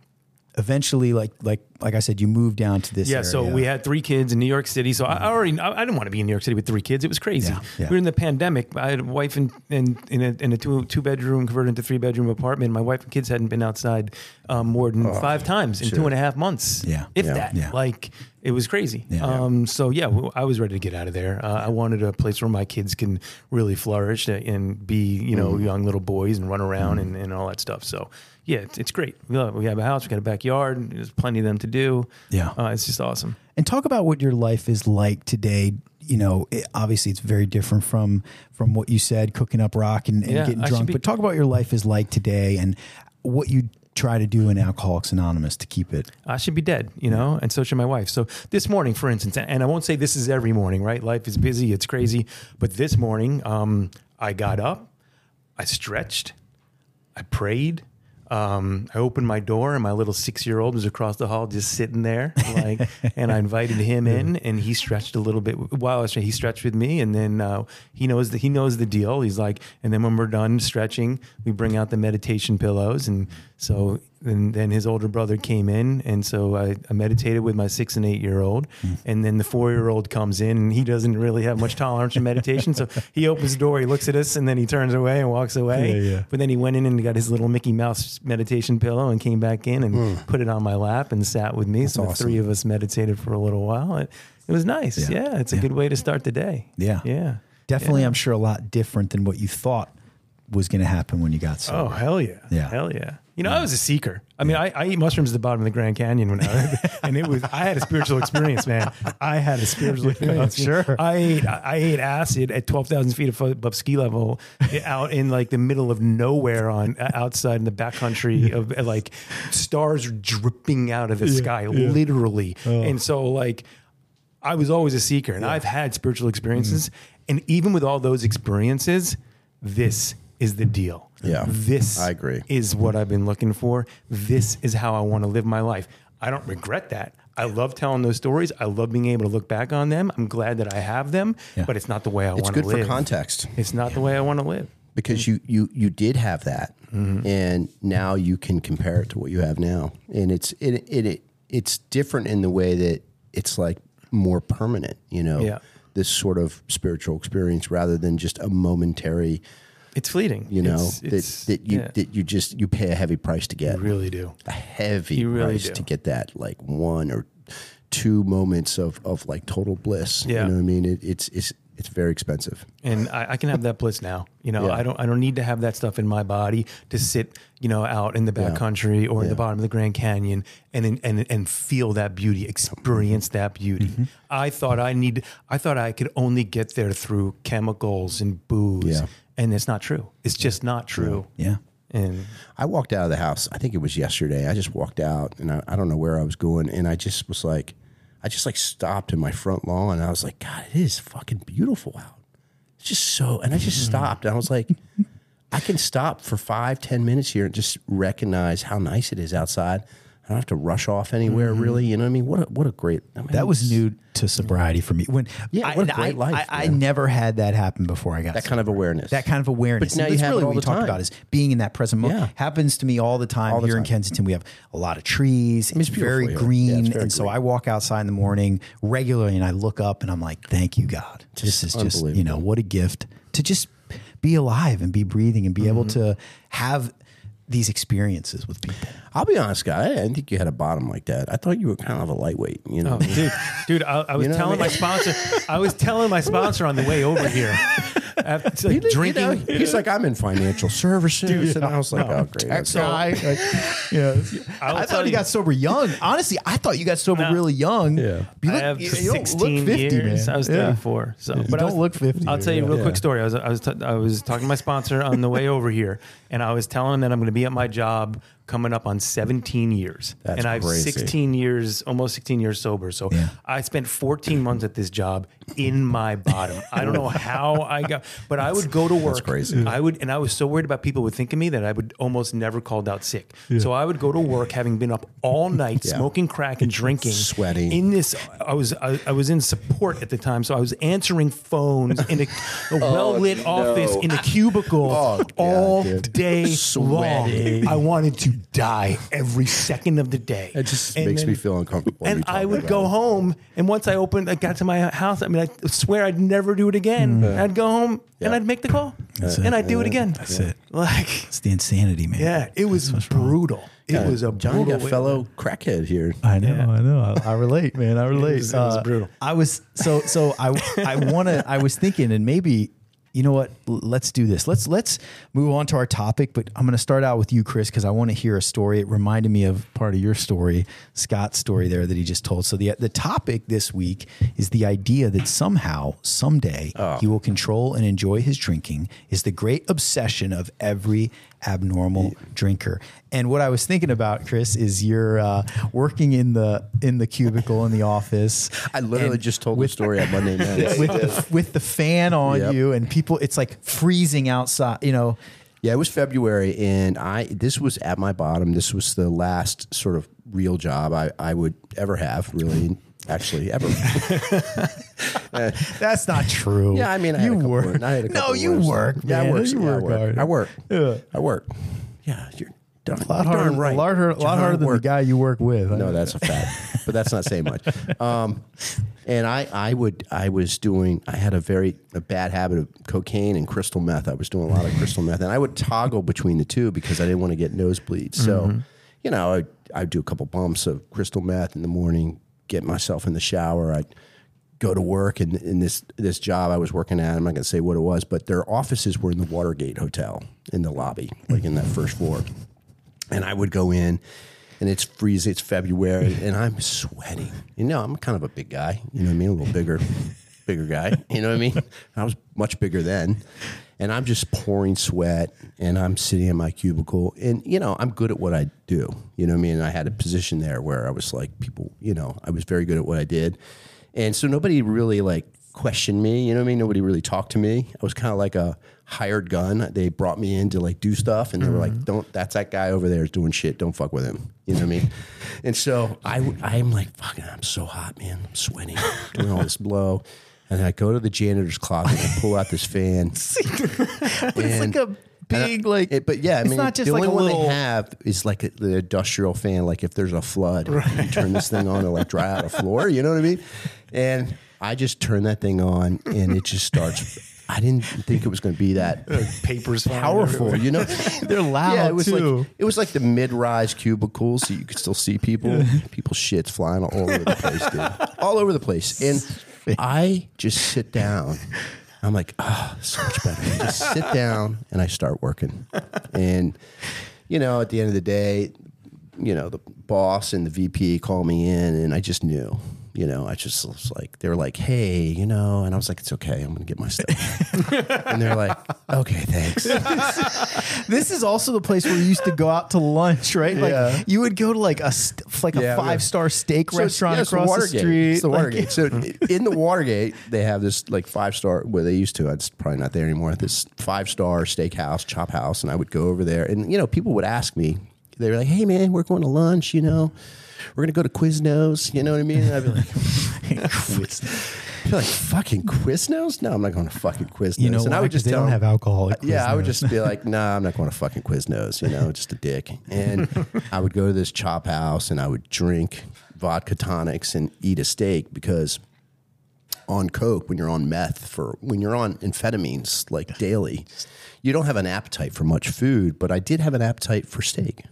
eventually, like like like I said, you moved down to this.
Yeah, so
area.
we had three kids in New York City. So I I already, I, I didn't want to be in New York City with three kids. It was crazy.
Yeah, yeah.
We were in the pandemic. I had a wife in in, in, a, in a two two bedroom converted into three bedroom apartment. My wife and kids hadn't been outside um, more than five times in two and a half months.
Oh, Yeah.
if
Yeah.
that.
Yeah.
Like it was crazy. um, so yeah, w- I was ready to get out of there. Uh, I wanted a place where my kids can really flourish and be
Mm-hmm.
you know young little boys and run around and, and all that stuff. So. Yeah, it's, it's great. We love it. We have a house, we got a backyard, and there's plenty of them to do.
Yeah.
Uh, it's just awesome.
and talk about what your life is like today. You know, it, obviously it's very different from from what you said, cooking up rock and, and
Yeah,
getting
I should
drunk.
be-
but talk about your life is like today and what you try to do in Alcoholics Anonymous to keep it.
I should be dead, you know, and so should my wife. So this morning, for instance, and I won't say this is every morning, right? Life is busy, it's crazy. But this morning, um, I got up, I stretched, I prayed. Um, I opened my door and my little six year old was across the hall just sitting there.
<laughs>
Like, and I invited him in and he stretched a little bit while I was, he stretched with me. And then, uh, he knows that he knows the deal. He's like, and then when we're done stretching, we bring out the meditation pillows. And so, and then his older brother came in. And so I, I meditated with my six and eight year old.
Mm.
And then the four year old comes in and he doesn't really have much tolerance for meditation. So he opens the door, he looks at us and then he turns away and walks away.
Yeah, yeah.
But then he went in and got his little Mickey Mouse meditation pillow and came back in and put it on my lap and sat with me. so the
awesome.
three of us meditated for a little while. It, it was nice.
Yeah.
Yeah. It's a good way to start the day.
Yeah.
Yeah.
Definitely, I'm sure a lot different than what you thought was going to happen when you got sober.
Oh, hell yeah.
Yeah.
Hell yeah. You know, I was a seeker. I mean, I, I ate mushrooms at the bottom of the Grand Canyon when
<laughs>
I and it was, I had a spiritual experience, man. I had a spiritual experience.
sure.
I ate, I ate acid at 12,000 feet above, above ski level out in like the middle of nowhere on outside in the backcountry of uh, like stars dripping out of the sky, literally.
Oh.
And so, like, I was always a seeker and I've had spiritual
Mm.
experiences. And even with all those experiences, this is the deal.
Yeah,
This
I agree.
is what I've been looking for. This is how I want to live my life. I don't regret that. I love telling those stories. I love being able to look back on them. I'm glad that I have them, but it's not the way I
It's
want to
good
live.
for context.
It's not the way I want to live. Mm.
because you you you did have that,
Mm-hmm.
and now you can compare it to what you have now, and it's it it, it it's different in the way that it's like more permanent, you know,
Yeah.
this sort of spiritual experience rather than just a momentary
It's fleeting.
you know
It's-
that
it's-
that you
yeah.
that you just you pay a heavy price to get
You really do.
a heavy
You really
price
do.
to get that like one or two moments of of like total bliss
Yeah.
you know what i mean it, it's it's it's very expensive
and I, I can have that bliss now. You know,
Yeah.
I don't I don't need to have that stuff in my body to sit, you know, out in the backcountry country or in
Yeah.
the bottom of the Grand Canyon and and and feel that beauty, experience
Mm-hmm.
that beauty. I thought I need I thought I could only get there through chemicals and booze.
Yeah.
And it's not true. It's just not true.
Yeah.
And
I walked out of the house. I think it was yesterday. I just walked out, and I, I don't know where I was going, and I just was like, I just like stopped in my front lawn, and I was like, God, it is fucking beautiful out. It's just so, and I just
Mm-hmm.
stopped, and I
<laughs>
was like, I can stop for five, ten minutes here and just recognize how nice it is outside. I don't have to rush off anywhere, really. You know what I mean? What a, what a great. I mean,
Mm-hmm. That was new to sobriety for me. When
Yeah,
I,
what a great
I,
life,
I, I
man.
never had that happen before I got
that kind of awareness.
that kind of awareness.
But now
And
you
that's
have
really
it
what
all
we
the
talked
time.
about is being in that present moment.
Yeah.
Happens to me all the time
the
here in
time.
Kensington. We have a lot of trees.
mean, it's
it's
beautiful
very
here. Yeah, it's
green,
very
and so
green.
I walk outside in the morning regularly, and I look up and I'm like, "Thank you, God. This is just you know what a gift to just be alive and be breathing and be able
Mm-hmm.
to have these experiences with people."
I'll be honest, Scott. I didn't think you had a bottom like that. I thought you were kind of a lightweight. You
Oh,
know,
dude, dude, I, I was
know what I
telling my
mean?
sponsor I was telling my sponsor on the way over here.
<laughs>
After, like,
You
drinking
know, <laughs> he's like, I'm in financial services, and I was like, oh great, that's all.
yeah.
I'll
I
tell
thought you
you-
got sober young. Honestly, I thought you got sober
No.
really young.
Yeah.
You look,
I have
you- you don't look
16
50,
years.
man.
I was
Yeah.
34. So, I
don't
was-
look 50,
I'll tell you a
yeah.
real
Yeah.
quick story. I was I was t- I was talking to my sponsor on the way over here, and I was telling him that I'm going to be at my job coming up on 17 years,
That's
and I've
crazy.
16 years, almost 16 years sober. So
Yeah.
I spent 14 months at this job in my bottom. I don't know how I got, but I would go to work.
crazy.
I would, and I was so worried about people would think of me that I would almost never called out sick. So I would go to work having been up all night
Yeah.
smoking crack and drinking,
Sweating.
in this i was I, I was in support at the time so i was answering phones
<laughs>
in a, a well-lit
no.
office in a cubicle
Oh, God,
all
dude.
day
Sweating.
long i wanted to die every second of the day
It just
And
makes me
then-
feel uncomfortable.
and I would go home, and once I opened, I got to my house. I mean, I swear I'd never do it again. I'd go home
Mm.
and
Yeah.
I'd make the call,
That's
and
it.
I'd do it again.
That's it.
Like,
It's the insanity, man.
yeah, it was brutal. It was a
Johnny
brutal
got fellow crackhead here.
I know, I know. I, I relate,
<laughs>
man. I relate. Uh,
was- it was brutal.
I was so so. I I want to. I was thinking, and maybe you know what? L- Let's do this. Let's let's move on to our topic. But I'm going to start out with you, Chris, because I want to hear a story. It reminded me of part of your story, Scott's story there that he just told. So the the topic this week is the idea that somehow someday he will control and enjoy his drinking is the great obsession of every abnormal drinker. And what I was thinking about, Chris, is you're uh, working in the in the cubicle in the office.
I literally
and
just told the story
<laughs>
at Monday night.
Yeah,
with the with the fan on
Yep.
you and people. It's like freezing outside. You know,
Yeah, it was February, and I this was at my bottom. This was the last sort of real job I, I would ever have, really,
<laughs>
actually ever.
that's not true.
yeah, I mean, I
you
had a couple
work.
of- I had a
no,
couple
you
of wars.
work.
Yeah,
man.
I work.
You
yeah,
work.
I work.
hard.
I work.
Yeah.
I work. Yeah, you're darn,
A lot
you're darn
harder,
right.
a lot harder, a lot
Darn
harder than the
work.
guy you work with.
No, that's a fact. but that's not saying much. Um, and I, I would, I was doing, I had a very a bad habit of cocaine and crystal meth. I was doing a lot of crystal meth, and I would toggle between the two because I didn't want to get nosebleeds. So, you know, I, I'd do a couple bumps of crystal meth in the morning, get myself in the shower. I'd go to work, and in this this job I was working at, I'm not going to say what it was, but their offices were in the Watergate Hotel in the lobby, like in that first floor and I would go in, and it's freezing. It's February, and I'm sweating. You know, I'm kind of a big guy. You know what I mean? A little bigger, bigger guy. You know what I mean? I was much bigger then, and I'm just pouring sweat, and I'm sitting in my cubicle, and you know, I'm good at what I do. You know what I mean? And I had a position there where I was like, people, you know, I was very good at what I did, and so nobody really like questioned me. You know what I mean? Nobody really talked to me. I was kind of like a hired gun. They brought me in to like do stuff, and they were
Mm-hmm.
like, "Don't that's that guy over there is doing shit. Don't fuck with him." You know what
<laughs>
I mean? And so I w- I'm like, "Fucking, I'm so hot, man. I'm sweating, doing all this blow." And I go to the janitor's closet and pull out this fan.
<laughs> it's
And-
like a big like.
It- but yeah, I mean,
it's not just
the
like
only
a
one
little.
they have is like a, the industrial fan. Like if there's a flood, you turn this thing on to like dry out a floor. You know what I mean? And I just turn that thing on, and it just starts I didn't think it was going to be that
Papers flying
powerful.
everywhere.
You know,
<laughs> They're loud
yeah, it was
too.
like it was like the mid-rise cubicles, so you could still see people.
<laughs>
People shits flying all over the place, dude, all over the place. And I just sit down. I'm like, ah, so much better. I just sit down and I start working. And you know, at the end of the day, you know, the boss and the VP called me in, and I just knew. You know, I just was like, they were like, hey, you know, and I was like, it's okay, I'm gonna get my stuff.
<laughs>
and they're like, okay, thanks.
This is also the place where you used to go out to lunch, right? Like
Yeah.
you would go to like a st- like
Yeah,
a
we-
five star steak
So it's-
restaurant
yeah, it's
across the,
Watergate.
street.
It's the
Like, <laughs>
Watergate. so in the Watergate, they have this like five star. Well, they used to. uh, It's probably not there anymore. This five star steakhouse, chop house, and I would go over there, and you know, people would ask me. They were like, "Hey, man, we're going to lunch. You know, we're gonna go to Quiznos. You know what I mean?" And I'd be
<laughs>
like, I'd be like, "Fucking Quiznos? No, I'm not going to fucking Quiznos."
You know,
and I
why?
would just
'Cause they
tell
don't
them-
have alcohol. at
yeah, I would
Quiznos.
just be like, nah, I'm not going to fucking Quiznos, you know, just a dick. And I would go to this chop house and I would drink vodka tonics and eat a steak because on coke when you're on meth for when you're on amphetamines like daily you don't have an appetite for much food but i did have an appetite for steak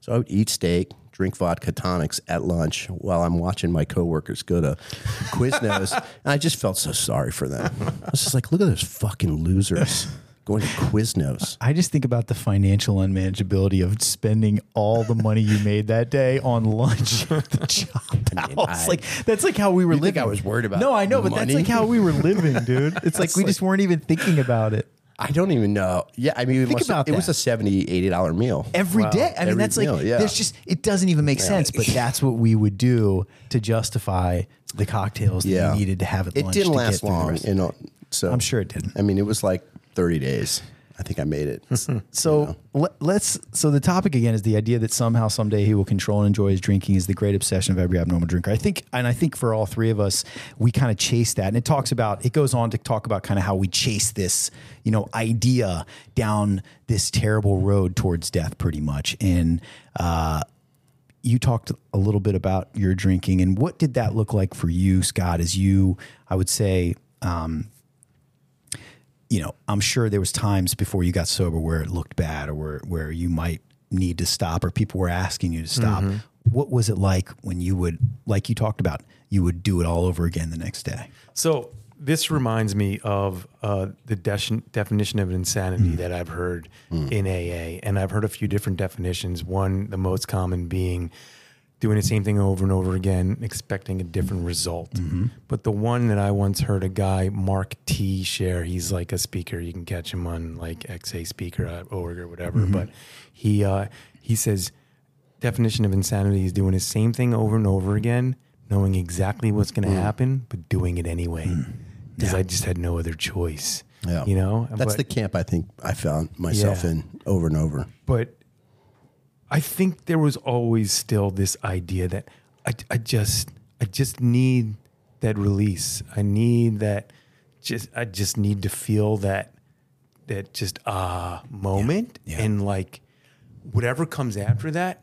so i would eat steak drink vodka tonics at lunch while i'm watching my coworkers go to
<laughs>
quiznos and i just felt so sorry for them i was just like look at those fucking losers going to quiznos
I just think about the financial unmanageability of spending all the money you made that day on lunch at
<laughs>
the chop house.
I-
like that's like how we were
You think
living.
I was worried about
No, I know, but that's
money?
like how we were
<laughs>
living, dude. It's like we just weren't even thinking about it
i don't even know yeah i mean it,
Think
must have-
about
it was
that.
a 70 80 dollar meal
every day. I mean,
Every
that's like
meal, yeah.
there's just it doesn't even make sense, but that's what we would do to justify the cocktails that
yeah
you needed to have at
it
lunch.
didn't
to get
last
through the
long
rest of
you know so
I'm sure it didn't.
I mean, it was like 30 days. I think I made
<laughs>
it.
So let, let's. So the topic again is the idea that somehow, someday, he will control and enjoy his drinking is the great obsession of every abnormal drinker. I think, and I think for all three of us, we kind of chase that, and it talks about. It goes on to talk about kind of how we chase this, you know, idea down this terrible road towards death, pretty much. And uh, you talked a little bit about your drinking and what did that look like for you, Scott? As you, I would say, you know, I'm sure there was times before you got sober where it looked bad or where where you might need to stop or people were asking you to stop. What was it like when you would like you talked about, you would do it all over again the next day?
So this reminds me of uh, the de- definition of insanity that I've heard in AA, and I've heard a few different definitions. One, the most common being doing the same thing over and over again, expecting a different result. But the one that I once heard a guy, Mark T, share. He's like a speaker. You can catch him on like XA speaker at org or whatever. But he uh, he says definition of insanity is doing the same thing over and over again, knowing exactly what's going to
Mm.
happen, but doing it anyway. Because I just had no other choice.
Yeah.
You know?
That's
but,
the camp I think I found myself
Yeah.
in over and over.
But I think there was always still this idea that I, I just I just need that release. I need that just I just need to feel that that just ah moment
Yeah.
and like whatever comes after that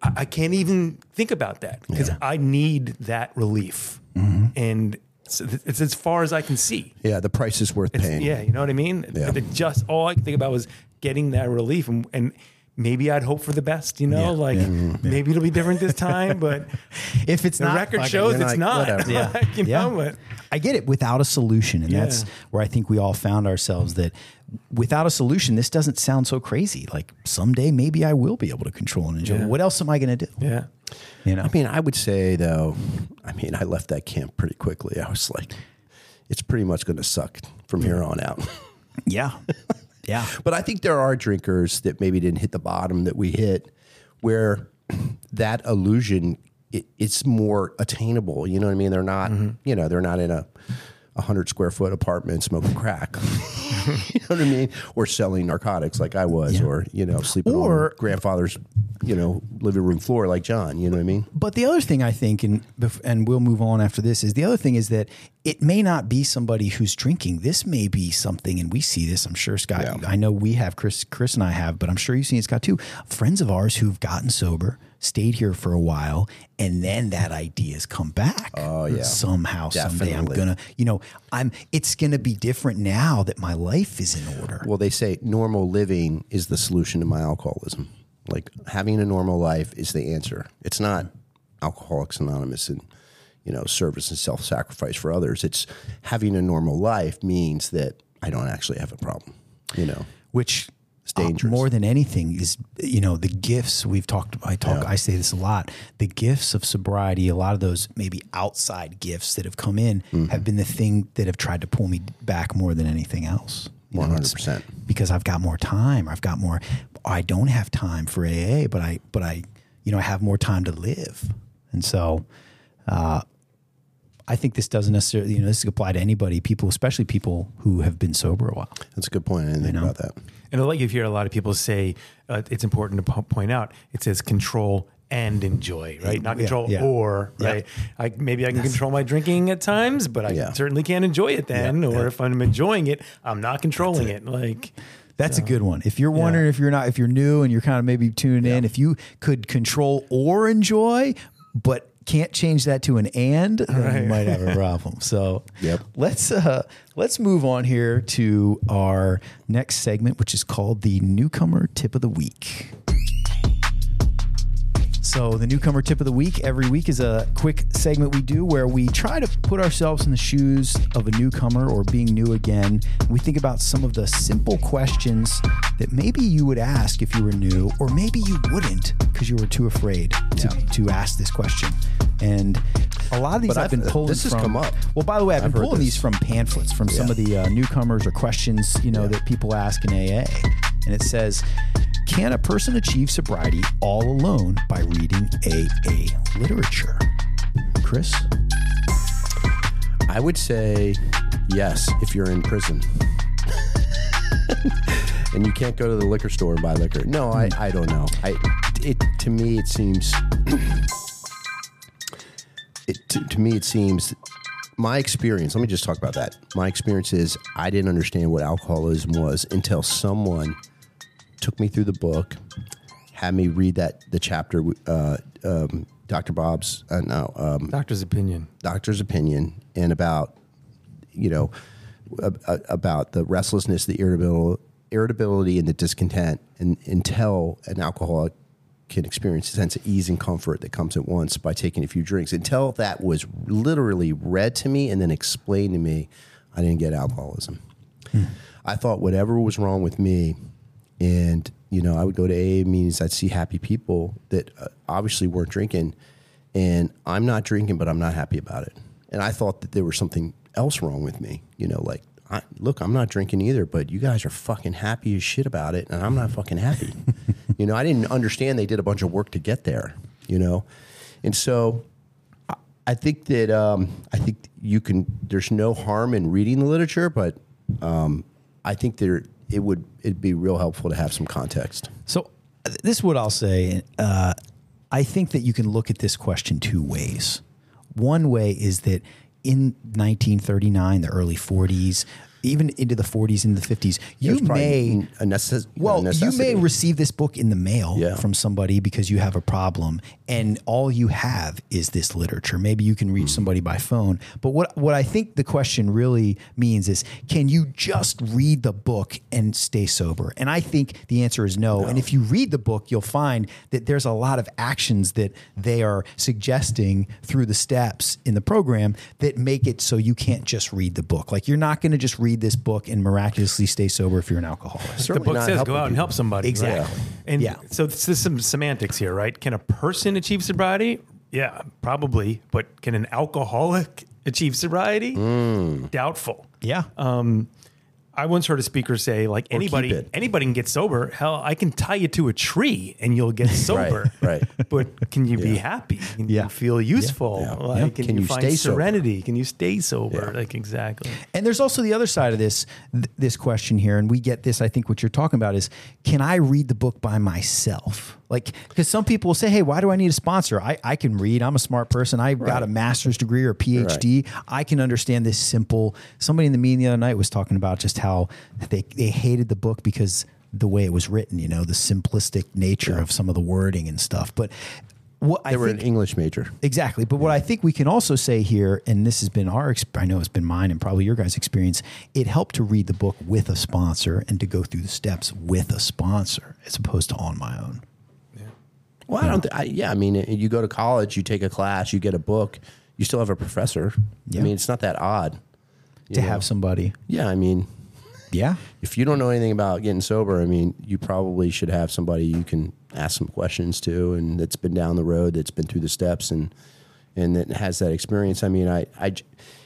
I, I can't even think about that because I need that relief
Mm-hmm.
and so th- it's as far as I can see.
Yeah, the price is worth paying.
Yeah, you know what I mean?
Yeah.
But Just all I could think about was getting that relief and, and maybe I'd hope for the best, you know,
Yeah,
like
yeah,
maybe it'll be different this
<laughs>
time, but
If it's
the
not
record
fucking-
shows
you're
it's
like,
not.
whatever.
Yeah.
<laughs> Like, you
Yeah.
know, but
I get it without a solution. And that's
Yeah.
where I think we all found ourselves that without a solution, this doesn't sound so crazy. Like someday maybe I will be able to control and enjoy.
Yeah.
What else am I gonna do?
yeah.
You know?
I mean, I would say though, I mean, I left that camp pretty quickly. I was like, it's pretty much going to suck from here on out. <laughs>
yeah. Yeah.
But I think there are drinkers that maybe didn't hit the bottom that we hit, where that illusion it, it's more attainable. You know what I mean? They're not, you know, they're not in a. 100 square foot apartment smoking crack. <laughs> you know what I mean? Or selling narcotics like I was, or, you know, sleeping
Or-
on grandfather's, you know, living room floor like John. You know what I mean?
But the other thing I think, and bef- and we'll move on after this, is the other thing is that it may not be somebody who's drinking. This may be something, and we see this. I'm sure Scott. I know we have Chris. Chris and I have, but I'm sure you've seen it, Scott too. Friends of ours who've gotten sober, stayed here for a while, and then that idea's come back. Oh yeah. Somehow, someday, I'm
Definitely.
gonna. You know, I'm. It's gonna be different now that my life is in order.
Well, they say normal living is the solution to my alcoholism. Like having a normal life is the answer. It's not Alcoholics Anonymous and you know service and self sacrifice for others. It's having a normal life means that I don't actually have a problem. You know,
which it's
dangerous.
more than anything is you know the gifts we've talked about. I talk I say this a lot. The gifts of sobriety, a lot of those maybe outside gifts that have come in
Mm-hmm.
have been the thing that have tried to pull me back more than anything else. You know,
one hundred
it's-
percent.
because I've got more time. I've got more. I don't have time for AA, but I but I you know I have more time to live, and so. uh, I think this doesn't necessarily, you know, this could apply to anybody, people, especially people who have been sober a while.
That's a good point. I didn't think about that.
And I like you hear a lot of people say uh, it's important to po- point out it says control and enjoy, right? Not control
yeah.
or, right? I, maybe I can control my drinking at times, but I
Yeah.
certainly can't enjoy it then. or if I'm enjoying it, I'm not controlling it. Like,
That's a good one. If you're wondering if you're not if you're new and you're kind of maybe tuning in, if you could control or enjoy, but can't change that to an and, then you might have a problem. So
Yep.
let's uh let's move on here to our next segment, which is called the newcomer tip of the week. So, the newcomer tip of the week every week is a quick segment we do where we try to put ourselves in the shoes of a newcomer or being new again. We think about some of the simple questions that maybe you would ask if you were new, or maybe you wouldn't because you were too afraid to, to ask this question. And a lot of these
But
I've,
I've-
been pulling.
this has
from-
come up.
Well, by the way, I've, been
heard
pulling
this.
these from pamphlets from some
Yeah.
of the uh, newcomers or questions you know that people ask in AA, and it says, "Can a person achieve sobriety all alone by reading AA literature?" Chris,
I would say yes if you're in prison. <laughs> and you can't go to the liquor store and buy liquor. No, I, I don't know. I it to me it seems it to, to me it seems my experience, let me just talk about that. My experience is I didn't understand what alcoholism was until someone took me through the book, had me read that the chapter uh, um, Dr. Bob's uh, no, um,
doctor's opinion.
doctor's opinion and about you know a, a- about the restlessness, the irritability, irritability, and the discontent, and until an alcoholic can experience a sense of ease and comfort that comes at once by taking a few drinks. Until that was literally read to me and then explained to me, I didn't get alcoholism. I thought whatever was wrong with me, and you know, I would go to AA meetings. I'd see happy people that uh, obviously weren't drinking, and I'm not drinking, but I'm not happy about it. And I thought that there was something else wrong with me. You know, like I, look, I'm not drinking either, but you guys are fucking happy as shit about it, and I'm not fucking happy. you know, I didn't understand they did a bunch of work to get there. You know, and so I think that um, I think you can. There's no harm in reading the literature, but um, I think there it would it'd be real helpful to have some context.
so uh, th- this is what I'll say. Uh, I think that you can look at this question two ways. One way is that in 1939, the early 40s, even into the 40s, into the 50s,
It
you
was probably
may
n- a necess-
Well,
a
you
necessity.
may receive this book in the mail
Yeah.
from somebody because you have a problem, and all you have is this literature. Maybe you can reach somebody by phone, but what what I think the question really means is, can you just read the book and stay sober? And I think the answer is no. And if you read the book, you'll find that there's a lot of actions that they are suggesting through the steps in the program that make it so you can't just read the book. Like you're not going to just read this book and miraculously stay sober if you're an alcoholic.
The
Certainly
book
not
says
helping
go out and
people.
help somebody. right?
Exactly.
And
Yeah.
so this is some semantics here, right? Can a person achieve sobriety? Yeah, probably. But can an alcoholic <laughs> achieve sobriety?
Hmm.
Doubtful.
Yeah.
I once heard a speaker say, like anybody,
it.
anybody can get sober. Hell, I can tie you to a tree and you'll get sober.
<laughs> right.
But can you be happy? Can
Yeah.
you feel useful?
Yeah.
Like,
Yeah.
Can,
Can
you,
you
find
stay sober?
serenity? Can you stay sober? Like exactly.
and there's also the other side of this th- this question here, and we get this. I think what you're talking about is, can I read the book by myself? Like, because some people will say, hey, why do I need a sponsor? I, I can read. I'm a smart person. I got a master's degree or a PhD. I can understand this simple. Somebody in the meeting the other night was talking about just how they, they hated the book because the way it was written, you know, the simplistic nature of some of the wording and stuff. But what I
They were
think,
an English major.
Exactly. But what I think we can also say here, and this has been our, exp- I know it's been mine and probably your guys' experience, it helped to read the book with a sponsor and to go through the steps with a sponsor as opposed to on my own.
Well, I don't. Th- I, yeah, I mean, uh, you go to college, you take a class, you get a book, you still have a professor. I mean, it's not that odd. you
to
know?
have somebody.
Yeah, I mean,
Yeah.
if you don't know anything about getting sober, I mean, you probably should have somebody you can ask some questions to, and that's been down the road, that's been through the steps, and and that has that experience. I mean, I, I j-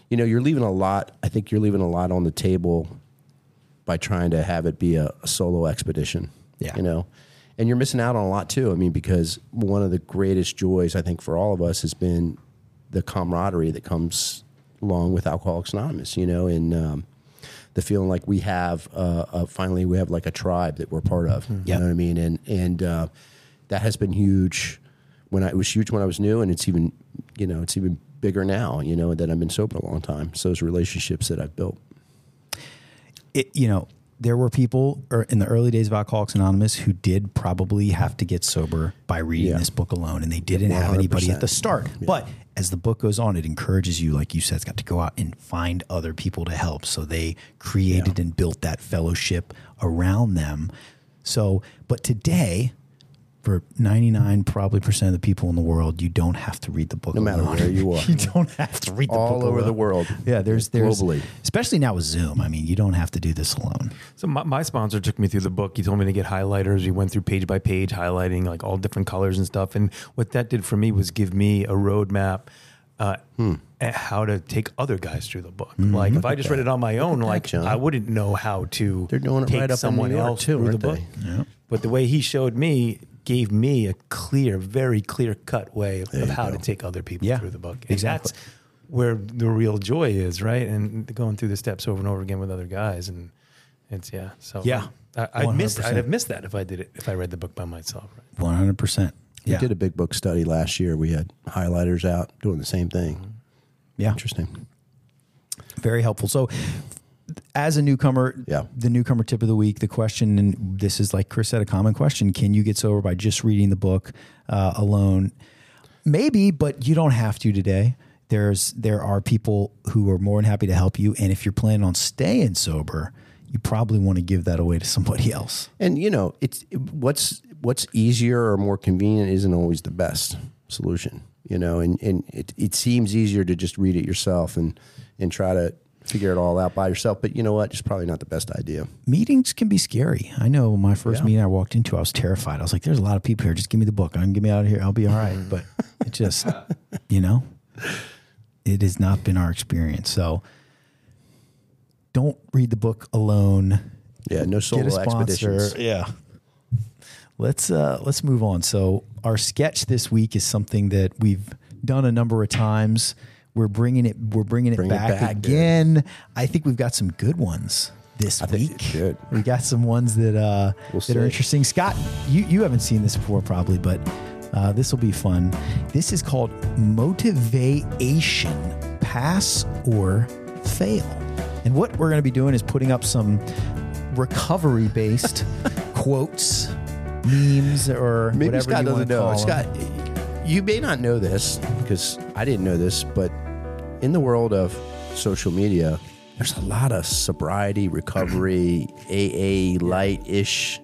you know, you're leaving a lot. I think you're leaving a lot on the table by trying to have it be a, a solo expedition.
Yeah.
you know, and you're missing out on a lot too. I mean, because one of the greatest joys I think for all of us has been the camaraderie that comes along with Alcoholics Anonymous. You know, and um, the feeling like we have uh, uh, finally we have like a tribe that we're part of.
Yeah.
You know what I mean? And and uh, that has been huge. When I it was huge when I was new, and it's even you know it's even bigger now. You know that I've been sober a long time. So those relationships that I've built.
It, you know, there were people er, in the early days of Alcoholics Anonymous who did probably have to get sober by reading
Yeah.
this book alone, and they didn't have anybody at the
100%.
start. But as the book goes on, it encourages you, like you said, Scott, to go out and find other people to help. So they created and built that fellowship around them. So, but today, for 99 probably percent of the people in the world, you don't have to read the book. No
matter where
<laughs>
you are.
you don't have to read the
All
book
over the
alone.
world.
Yeah, there's there's
Globally.
especially now with Zoom. I mean, you don't have to do this alone.
So my, my sponsor took me through the book. He told me to get highlighters. We went through page by page, highlighting like all different colors and stuff. And what that did for me was give me a roadmap uh,
Hmm.
at how to take other guys through the book.
Mm-hmm.
Like if I just read it on my own, like
John.
I wouldn't know how to
They're doing it
take
right up in
someone
New York,
else
too,
through the
aren't
book.
they?
But the way he showed me gave me a clear, very clear cut way of, of how to take other people
Yeah,
through the book. And
exactly.
That's where the real joy is, right? And going through the steps over and over again with other guys, and it's yeah. So
Yeah.
I, I'd missed.
100%.
I'd have missed that if I did it if I read the book by myself. Right?
One hundred percent. Yeah,
We did a big book study last year. We had highlighters out doing the same thing.
yeah,
Interesting.
very helpful. So, as a newcomer,
Yeah.
the newcomer tip of the week, the question, and this is like Chris said, a common question: Can you get sober by just reading the book uh, alone? Maybe, but you don't have to today. There's there are people who are more than happy to help you, and if you're planning on staying sober, you probably want to give that away to somebody <laughs> else.
And you know, it's what's what's easier or more convenient isn't always the best solution. You know, and and it, it seems easier to just read it yourself and and try to figure it all out by yourself. But you know what? It's probably not the best idea.
meetings can be scary. I know my first
Yeah.
meeting I walked into, I was terrified. I was like, there's a lot of people here. Just give me the book. I can get me out of here. I'll be all right. But it just, you know, it has not been our experience. So don't read the book alone.
Yeah, no solo
Get a sponsor.
expeditions.
Yeah. Let's uh let's move on. So our sketch this week is something that we've done a number of times. We're bringing it we're bringing it,
Bring it
back,
back, dude.
again. I think we've got some good ones this
think
week.
it's good.
We got some ones that uh
We'll
that are
see.
interesting. Scott, you you haven't seen this before probably, but uh, this will be fun. This is called motivation pass or fail. And what we're going to be doing is putting up some recovery
<laughs>
based quotes, memes, or
Maybe
whatever
Scott
you wanna
doesn't know.
call them.
Scott, you may not know this because I didn't know this, but in the world of social media, there's a lot of
<clears throat>
sobriety, recovery, AA light ish,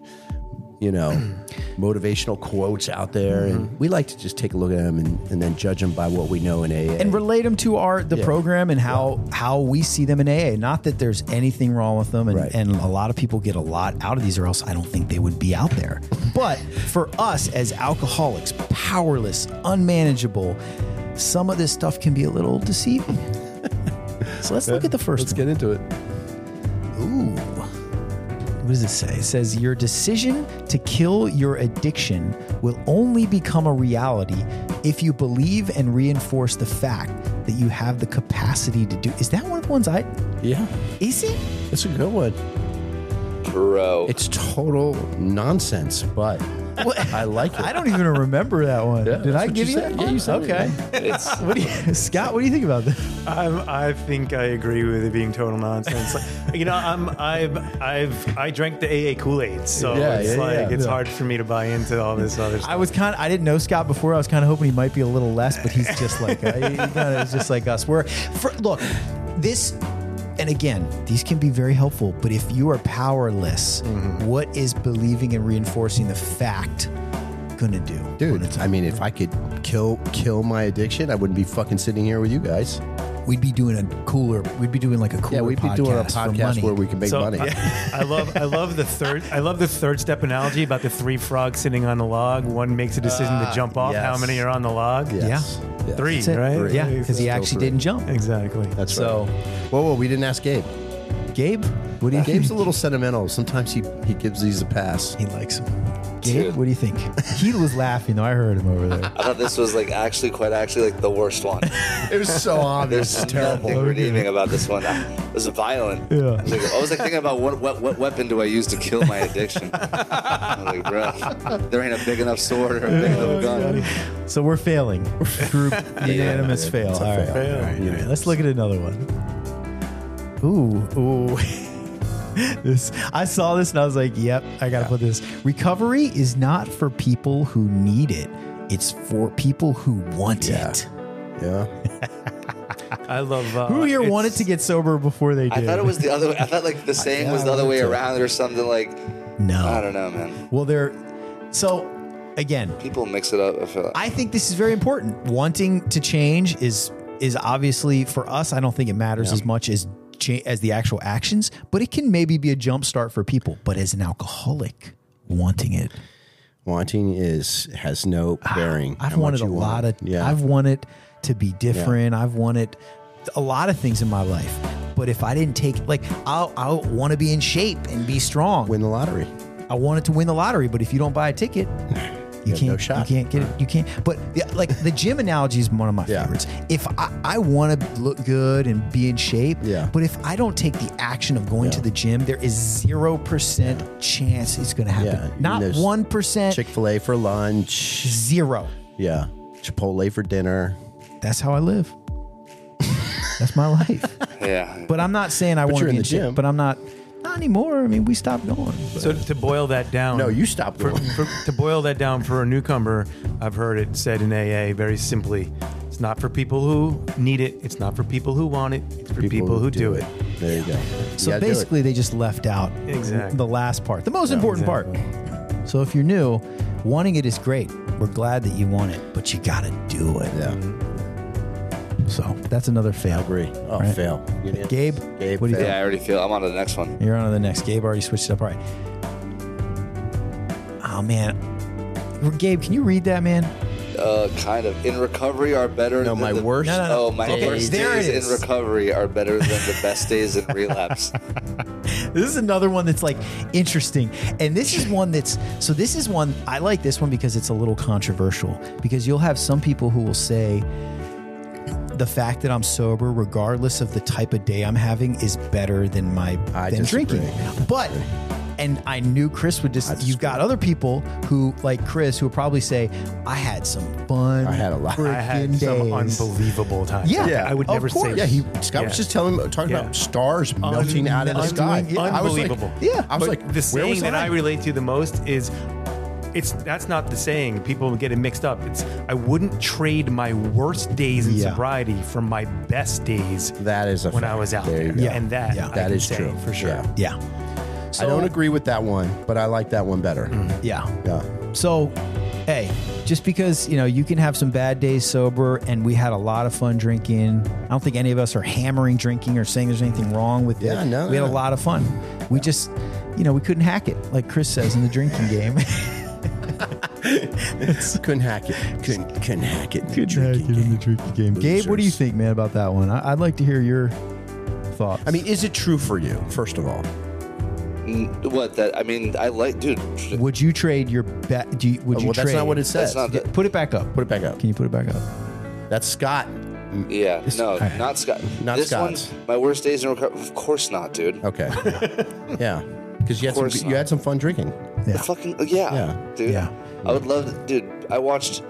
you know,
<clears throat>
motivational quotes out there.
Mm-hmm.
And we like to just take a look at them and, and then judge them by what we know in AA.
and relate them to our the
Yeah.
program and how how we see them in AA. Not that there's anything wrong with them, and,
Right.
and a lot of people get a lot out of these, or else I don't think they would be out there. But for us as alcoholics, powerless, unmanageable, some of this stuff can be a little
<laughs>
deceiving. so let's look at the 1st one.
get into it.
Ooh. What does it say? It says, Your decision to kill your addiction will only become a reality if you believe and reinforce the fact that you have the capacity to do. Is that one of the ones I.
Yeah,
Is it?
it's a good one.
Bro.
It's total nonsense, but <laughs> I like it.
I don't even remember that one.
Yeah,
Did
that's
I
what
give
you
you
said.
that?
Yeah,
one?
you said it.
okay.
It's
What do you, <laughs> Scott? What do you think about this?
I'm, I think I agree with it being total <laughs> nonsense. Like, you know, I'm I've I've I drank the AA Kool Aid, so
Yeah, yeah,
it's like
yeah,
it's
yeah.
hard for me to buy into all this other stuff.
I was kind of I didn't know Scott before. I was kind of hoping he might be a little less, but he's just like uh, he kinda is just like us. We're for, look this, and again, these can be very helpful. But if you are powerless,
Mm-hmm.
what is believing and reinforcing the fact gonna do, on
Dude,
its
I mean, if I could kill kill my addiction, I wouldn't be fucking sitting here with you guys.
own? We'd be doing a cooler. We'd be doing like a cooler.
Yeah, we'd be doing a
for
podcast
money.
where we can make
so
money.
<laughs> I, I love I love the third I love the third step analogy about the three frogs sitting on the log. One makes a decision to jump off. How
yes.
many are on the log?
Yes. Yes.
Three,
That's it.
right?
Three.
Yeah, because he actually didn't jump.
Exactly.
That's
So-
right. Whoa, whoa, we didn't ask Gabe. Uh,
Gabe, what do you
Gabe's
think?
a little sentimental. Sometimes he, he gives these a pass.
He likes him. Gabe, what do you think? He was laughing though. I heard him over there.
I thought this was like actually quite actually like the worst one.
<laughs> It was so obvious.
There's nothing redeeming about this one. It was violent.
Yeah.
I was like, I was like thinking about what, what what weapon do I use to kill my addiction? I was like, bro, there ain't a big enough sword or a big enough gun.
So we're failing. Group unanimous
yeah,
fail.
it's
All
a
right.
fail.
All right.
Yeah.
All right. Let's look at another one. Ooh, ooh. <laughs> this I saw this and I was like, yep, I gotta put this. Recovery is not for people who need it. It's for people who want
Yeah.
it.
Yeah.
I love. Uh,
Who here
it's-
wanted to get sober before they did?
I thought it was the other. I thought like the saying was the other way around or something. Like
no.
I don't know, man.
Well, they're so again,
People mix it up. I feel like.
I think this is very important. Wanting to change is is obviously for us. I don't think it matters as much as cha- as the actual actions, but it can maybe be a jump start for people. But as an alcoholic, wanting it,
Wanting is has no bearing.
I've
on what
wanted a
you
lot
want.
of.
Yeah.
I've wanted to be different. I've wanted a lot of things in my life. But if I didn't take like I I want to be in shape and be strong.
win the lottery.
I wanted to win the lottery, but if you don't buy a
<laughs>
ticket, you
have no
can't.
shot.
You can't get it. You can't. But the, like the gym analogy is one of my
Yeah.
favorites. If I, I want to look good and be in shape,
Yeah.
but if I don't take the action of going to the gym, there is zero percent chance it's going to
Yeah, I
happen.
mean,
Not
there's
one percent.
Chick fil A for lunch.
Zero.
Yeah. Chipotle for dinner.
That's how I live. That's my
<laughs>
life.
yeah.
But I'm not saying I want to be
you're in
in,
the
shape.
gym.
But I'm not. Not anymore. I mean, we stopped going. but-
So to boil that down.
No, you stop
For,
going.
for, to boil that down for a newcomer, I've heard it said in AA very simply: it's not for people who need it. It's not for people who want it. It's for people, who do it.
There you go.
So basically, they just left out
Exactly.
the last part, the most important part. So if you're new, wanting it is great. We're glad that you want it, but you got to do it.
Yeah.
So that's another fail.
Agree. Oh,
Right.
fail. You did.
Gabe,
Gabe,
what do you
yeah, I
fail.
already feel. I'm on to the next one.
You're on to the next. Gabe already switched it up. All right. Oh, man. Gabe, can you read that, man?
Uh, kind of. In recovery are better.
No,
than
my
the-
worst.
No, no, no.
Oh, my
Okay,
worst
there it
days
is.
in recovery are better
<laughs>
than the best days in relapse.
This is another one that's like interesting. And this is one that's so this is one I like this one because it's a little controversial because you'll have some people who will say the fact that I'm sober regardless of the type of day I'm having is better than my
I
than
disagree.
drinking. But and I knew Chris would just you've got other people who like Chris who will probably say I had some fun
I had a lot. I
I had some
freaking days."
unbelievable time.
Yeah.
Yeah.
I would
Of
never say.
course.
<laughs> Yeah, he Scott
Yeah.
was just telling talking
Yeah.
about stars melting out of the sky.
unbelievable.
I was like-
Unbelievable.
yeah, I was
But
like,
the
where was
saying that I relate to the most is it's that's not the saying. People get it mixed up. It's I wouldn't trade my worst days in
Yeah.
sobriety for my best days
That is a
when
fact.
I was out
There you
there.
go.
Yeah.
And that
Yeah.
I
That
can
is
say
true
for sure.
Yeah.
Yeah. So
I don't agree with that one, but I like that one better.
Yeah.
Yeah,
So, hey, just because you know you can have some bad days sober, and we had a lot of fun drinking. I don't think any of us are hammering drinking or saying there's anything wrong with
Yeah,
it.
no,
we had
no.
a lot of fun. We just, you know, we couldn't hack it, like Chris says in the drinking <laughs> game.
<laughs> couldn't hack it. Couldn't couldn't hack it. Drinking game.
drinking game. Gabe, what do you
Losers.
think, man, about that one? I- I'd like to hear your thoughts.
I mean, is it true for you? First of all,
Mm, what that? I mean, I like, dude.
would you trade your bet? Do you, would you
Oh, well, that's
trade?
not what it says.
That's not. The,
Put it back up.
Put it back up.
Can you put it back up?
That's Scott.
yeah. No, not Scott.
Not Oh.
this
Scott's.
one. My worst days in recovery. Of course not, dude.
Okay. yeah, because you had some
course
you had some fun drinking.
Yeah.
Fucking yeah,
Yeah.
dude.
Yeah.
I would love to, dude. I watched,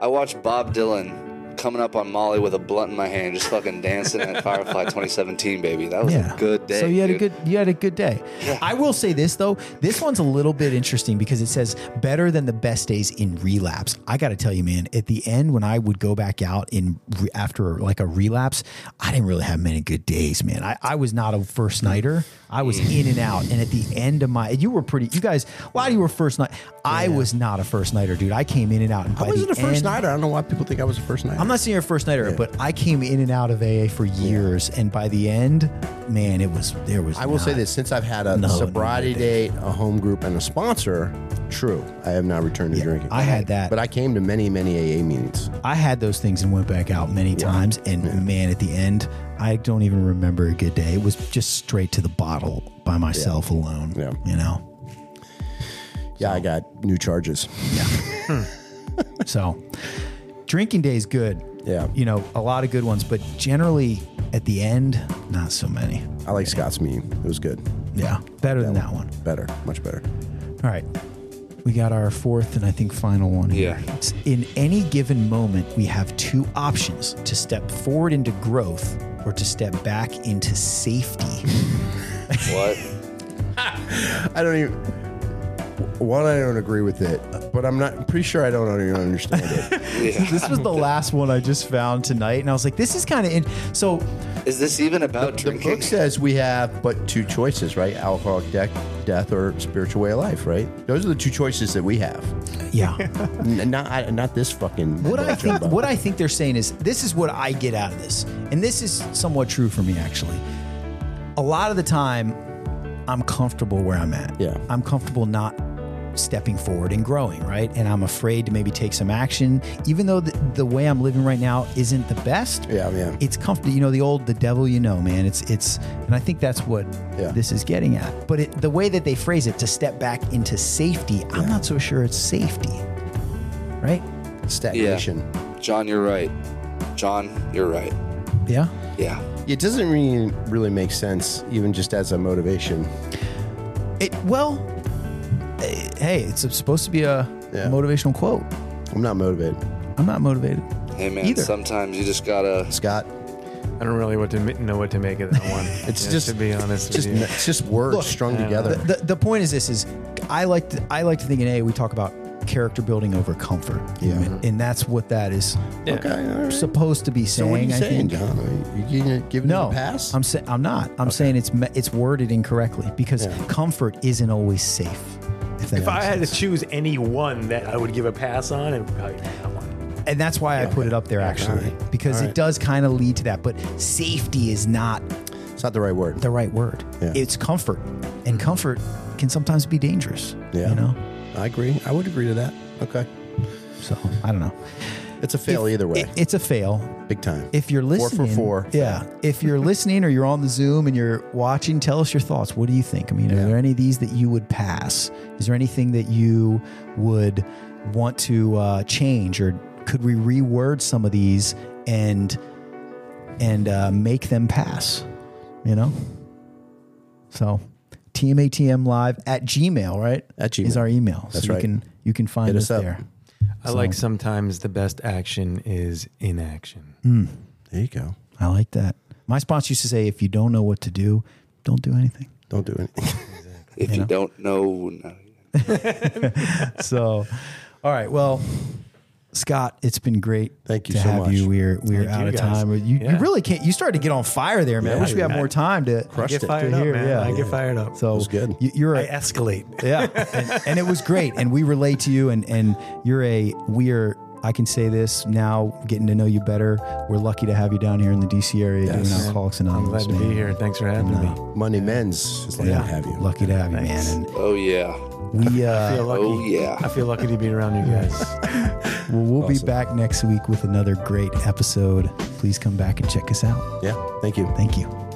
I watched Bob Dylan coming up on Molly with a blunt in my hand, just fucking dancing
<laughs>
at Firefly 2017, baby. That was a good day.
So you had
dude.
a good you had a good day. I will say this though, this one's a little bit interesting because it says better than the best days in relapse. I got to tell you, man, at the end when I would go back out in re- after like a relapse, I didn't really have many good days, man. I, I was not a first nighter. I was
Mm.
in and out, and at the end of my, you were pretty. You guys, a lot of you were first night. I was not a first nighter, dude. I came in and out. And
I
by
wasn't a
the
first
end-
nighter. I don't know why people think I was a first nighter.
I'm not saying you're a first nighter, but I came in and out of AA for years, and by the end, man, it was there was.
I will say
not-
this: since I've had a
No,
sobriety
neither
date, a home group, and a sponsor, true, I have not returned to drinking.
I had that.
but I came to many, many AA meetings.
I had those things and went back out many times, and man, at the end, I don't even remember a good day. It was just straight to the bottle by myself alone.
Yeah.
you
<laughs>
know.
Yeah, I got new charges.
So, drinking day is good.
Yeah.
you know, a lot of good ones, but generally at the end, not so many.
I like Scott's meeting. It was good.
Yeah, better than that one.
Better, much better.
All right. We got our fourth and I think final one here.
Yeah.
It's in any given moment, we have two options to step forward into growth or to step back into safety.
<laughs>
What?
I don't even. One, I don't agree with it, but I'm not. I'm pretty sure I don't even understand
<laughs>
it.
Yeah.
this was the last one I just found tonight. And I was like, this is kind of in. So,
Is this even about
the
drinking?
book says we have but two choices, right? Alcoholic de- death or spiritual way of life, right? Those are the two choices that we have.
yeah.
N- not, I- not this fucking.
what I
bunch
think
of-
what I think they're saying is this is what I get out of this, and this is somewhat true for me actually. A lot of the time, I'm comfortable where I'm at.
Yeah.
I'm comfortable not stepping forward and growing, right? And I'm afraid to maybe take some action, even though the, the way I'm living right now isn't the best.
Yeah, yeah.
It's comfortable. You know, the old the devil you know, man. It's it's, and I think that's what
Yeah.
this is getting at. But it, the way that they phrase it, to step back into safety, I'm not so sure it's safety, right?
stagnation.
John, you're right. John, you're right.
Yeah.
Yeah.
It doesn't really, really make sense, even just as a motivation.
It well, eh, hey, it's supposed to be a
Yeah.
motivational quote.
I'm not motivated.
I'm not motivated.
Hey man,
Either.
sometimes you just gotta.
Scott,
I don't really what to ma- know what to make of that one.
It's
Yeah,
just-
to be honest
just
with you.
it's just words
Look,
strung
Yeah.
together.
The, the point is this: is I like to, I like to think in A we talk about character building over comfort.
Yeah. Mm-hmm.
and, and that's what that is
Yeah.
okay, all right.
supposed to be
So
saying.
what are you
I
saying,
think.
John? Are you giving it- giving it
No,
a pass?
I'm saying I'm not. I'm saying it's me- it's worded incorrectly because
Yeah.
comfort isn't always safe. If, that
If I
makes
had to
sense.
choose any one that I would give a pass on, it would probably be that one.
and that's why I put it up there actually
Alright.
because it
Alright.
does kind of lead to that. But safety is not
it's not the right word.
the right word.
Yeah.
It's comfort, and comfort can sometimes be dangerous.
Yeah.
you know.
I agree. I would agree to that. Okay.
So I don't know.
It's a fail either way.
It- it's a fail.
Big time.
If you're
Four
listening,
for four.
yeah. If
<laughs>
you're listening or you're on the Zoom and you're watching, tell us your thoughts. What do you think? I mean, are there any of these that you would pass? Is there anything that you would want to uh, change, or could we reword some of these and and uh, make them pass? You know. So, tmatm live at Gmail, right?
At
is
Gmail.
our email.
That's
so
right.
You can you can find
Hit
us,
us up.
there.
I like sometimes the best action is inaction.
there you go.
I like that. My sponsor used to say, if you don't know what to do, don't do anything.
Don't do <laughs> anything.
If you don't know, no.
So, all right. Well, Scott, it's been great.
Thank you
to
so
have
much.
you. We're we're
Thank
out
you
of
guys.
time. You, you
Yeah.
really can't. You started to get on fire there, man. I
Yeah.
wish we had more time to
Crushed
Get
it.
fired
to
up,
hear.
man.
Yeah,
I get
yeah.
fired up.
So
was good.
You, you're
I
a,
escalate.
yeah, and, and it was great. And we relate to you, and and you're a we're. I can say this now, getting to know you better. We're lucky to have you down here in the DC area
Yes.
doing Alcoholics
I'm
Anonymous.
glad to be
man.
here. Thanks for having me.
Monday men's. It's like
Yeah,
to have you.
lucky to have you, man.
Oh yeah.
And
<laughs>
we uh,
I feel lucky.
Oh, yeah.
I feel lucky to be around you guys.
Well, we'll be
Awesome.
back next week with another great episode. Please come back and check us out.
Yeah. Thank you.
Thank you.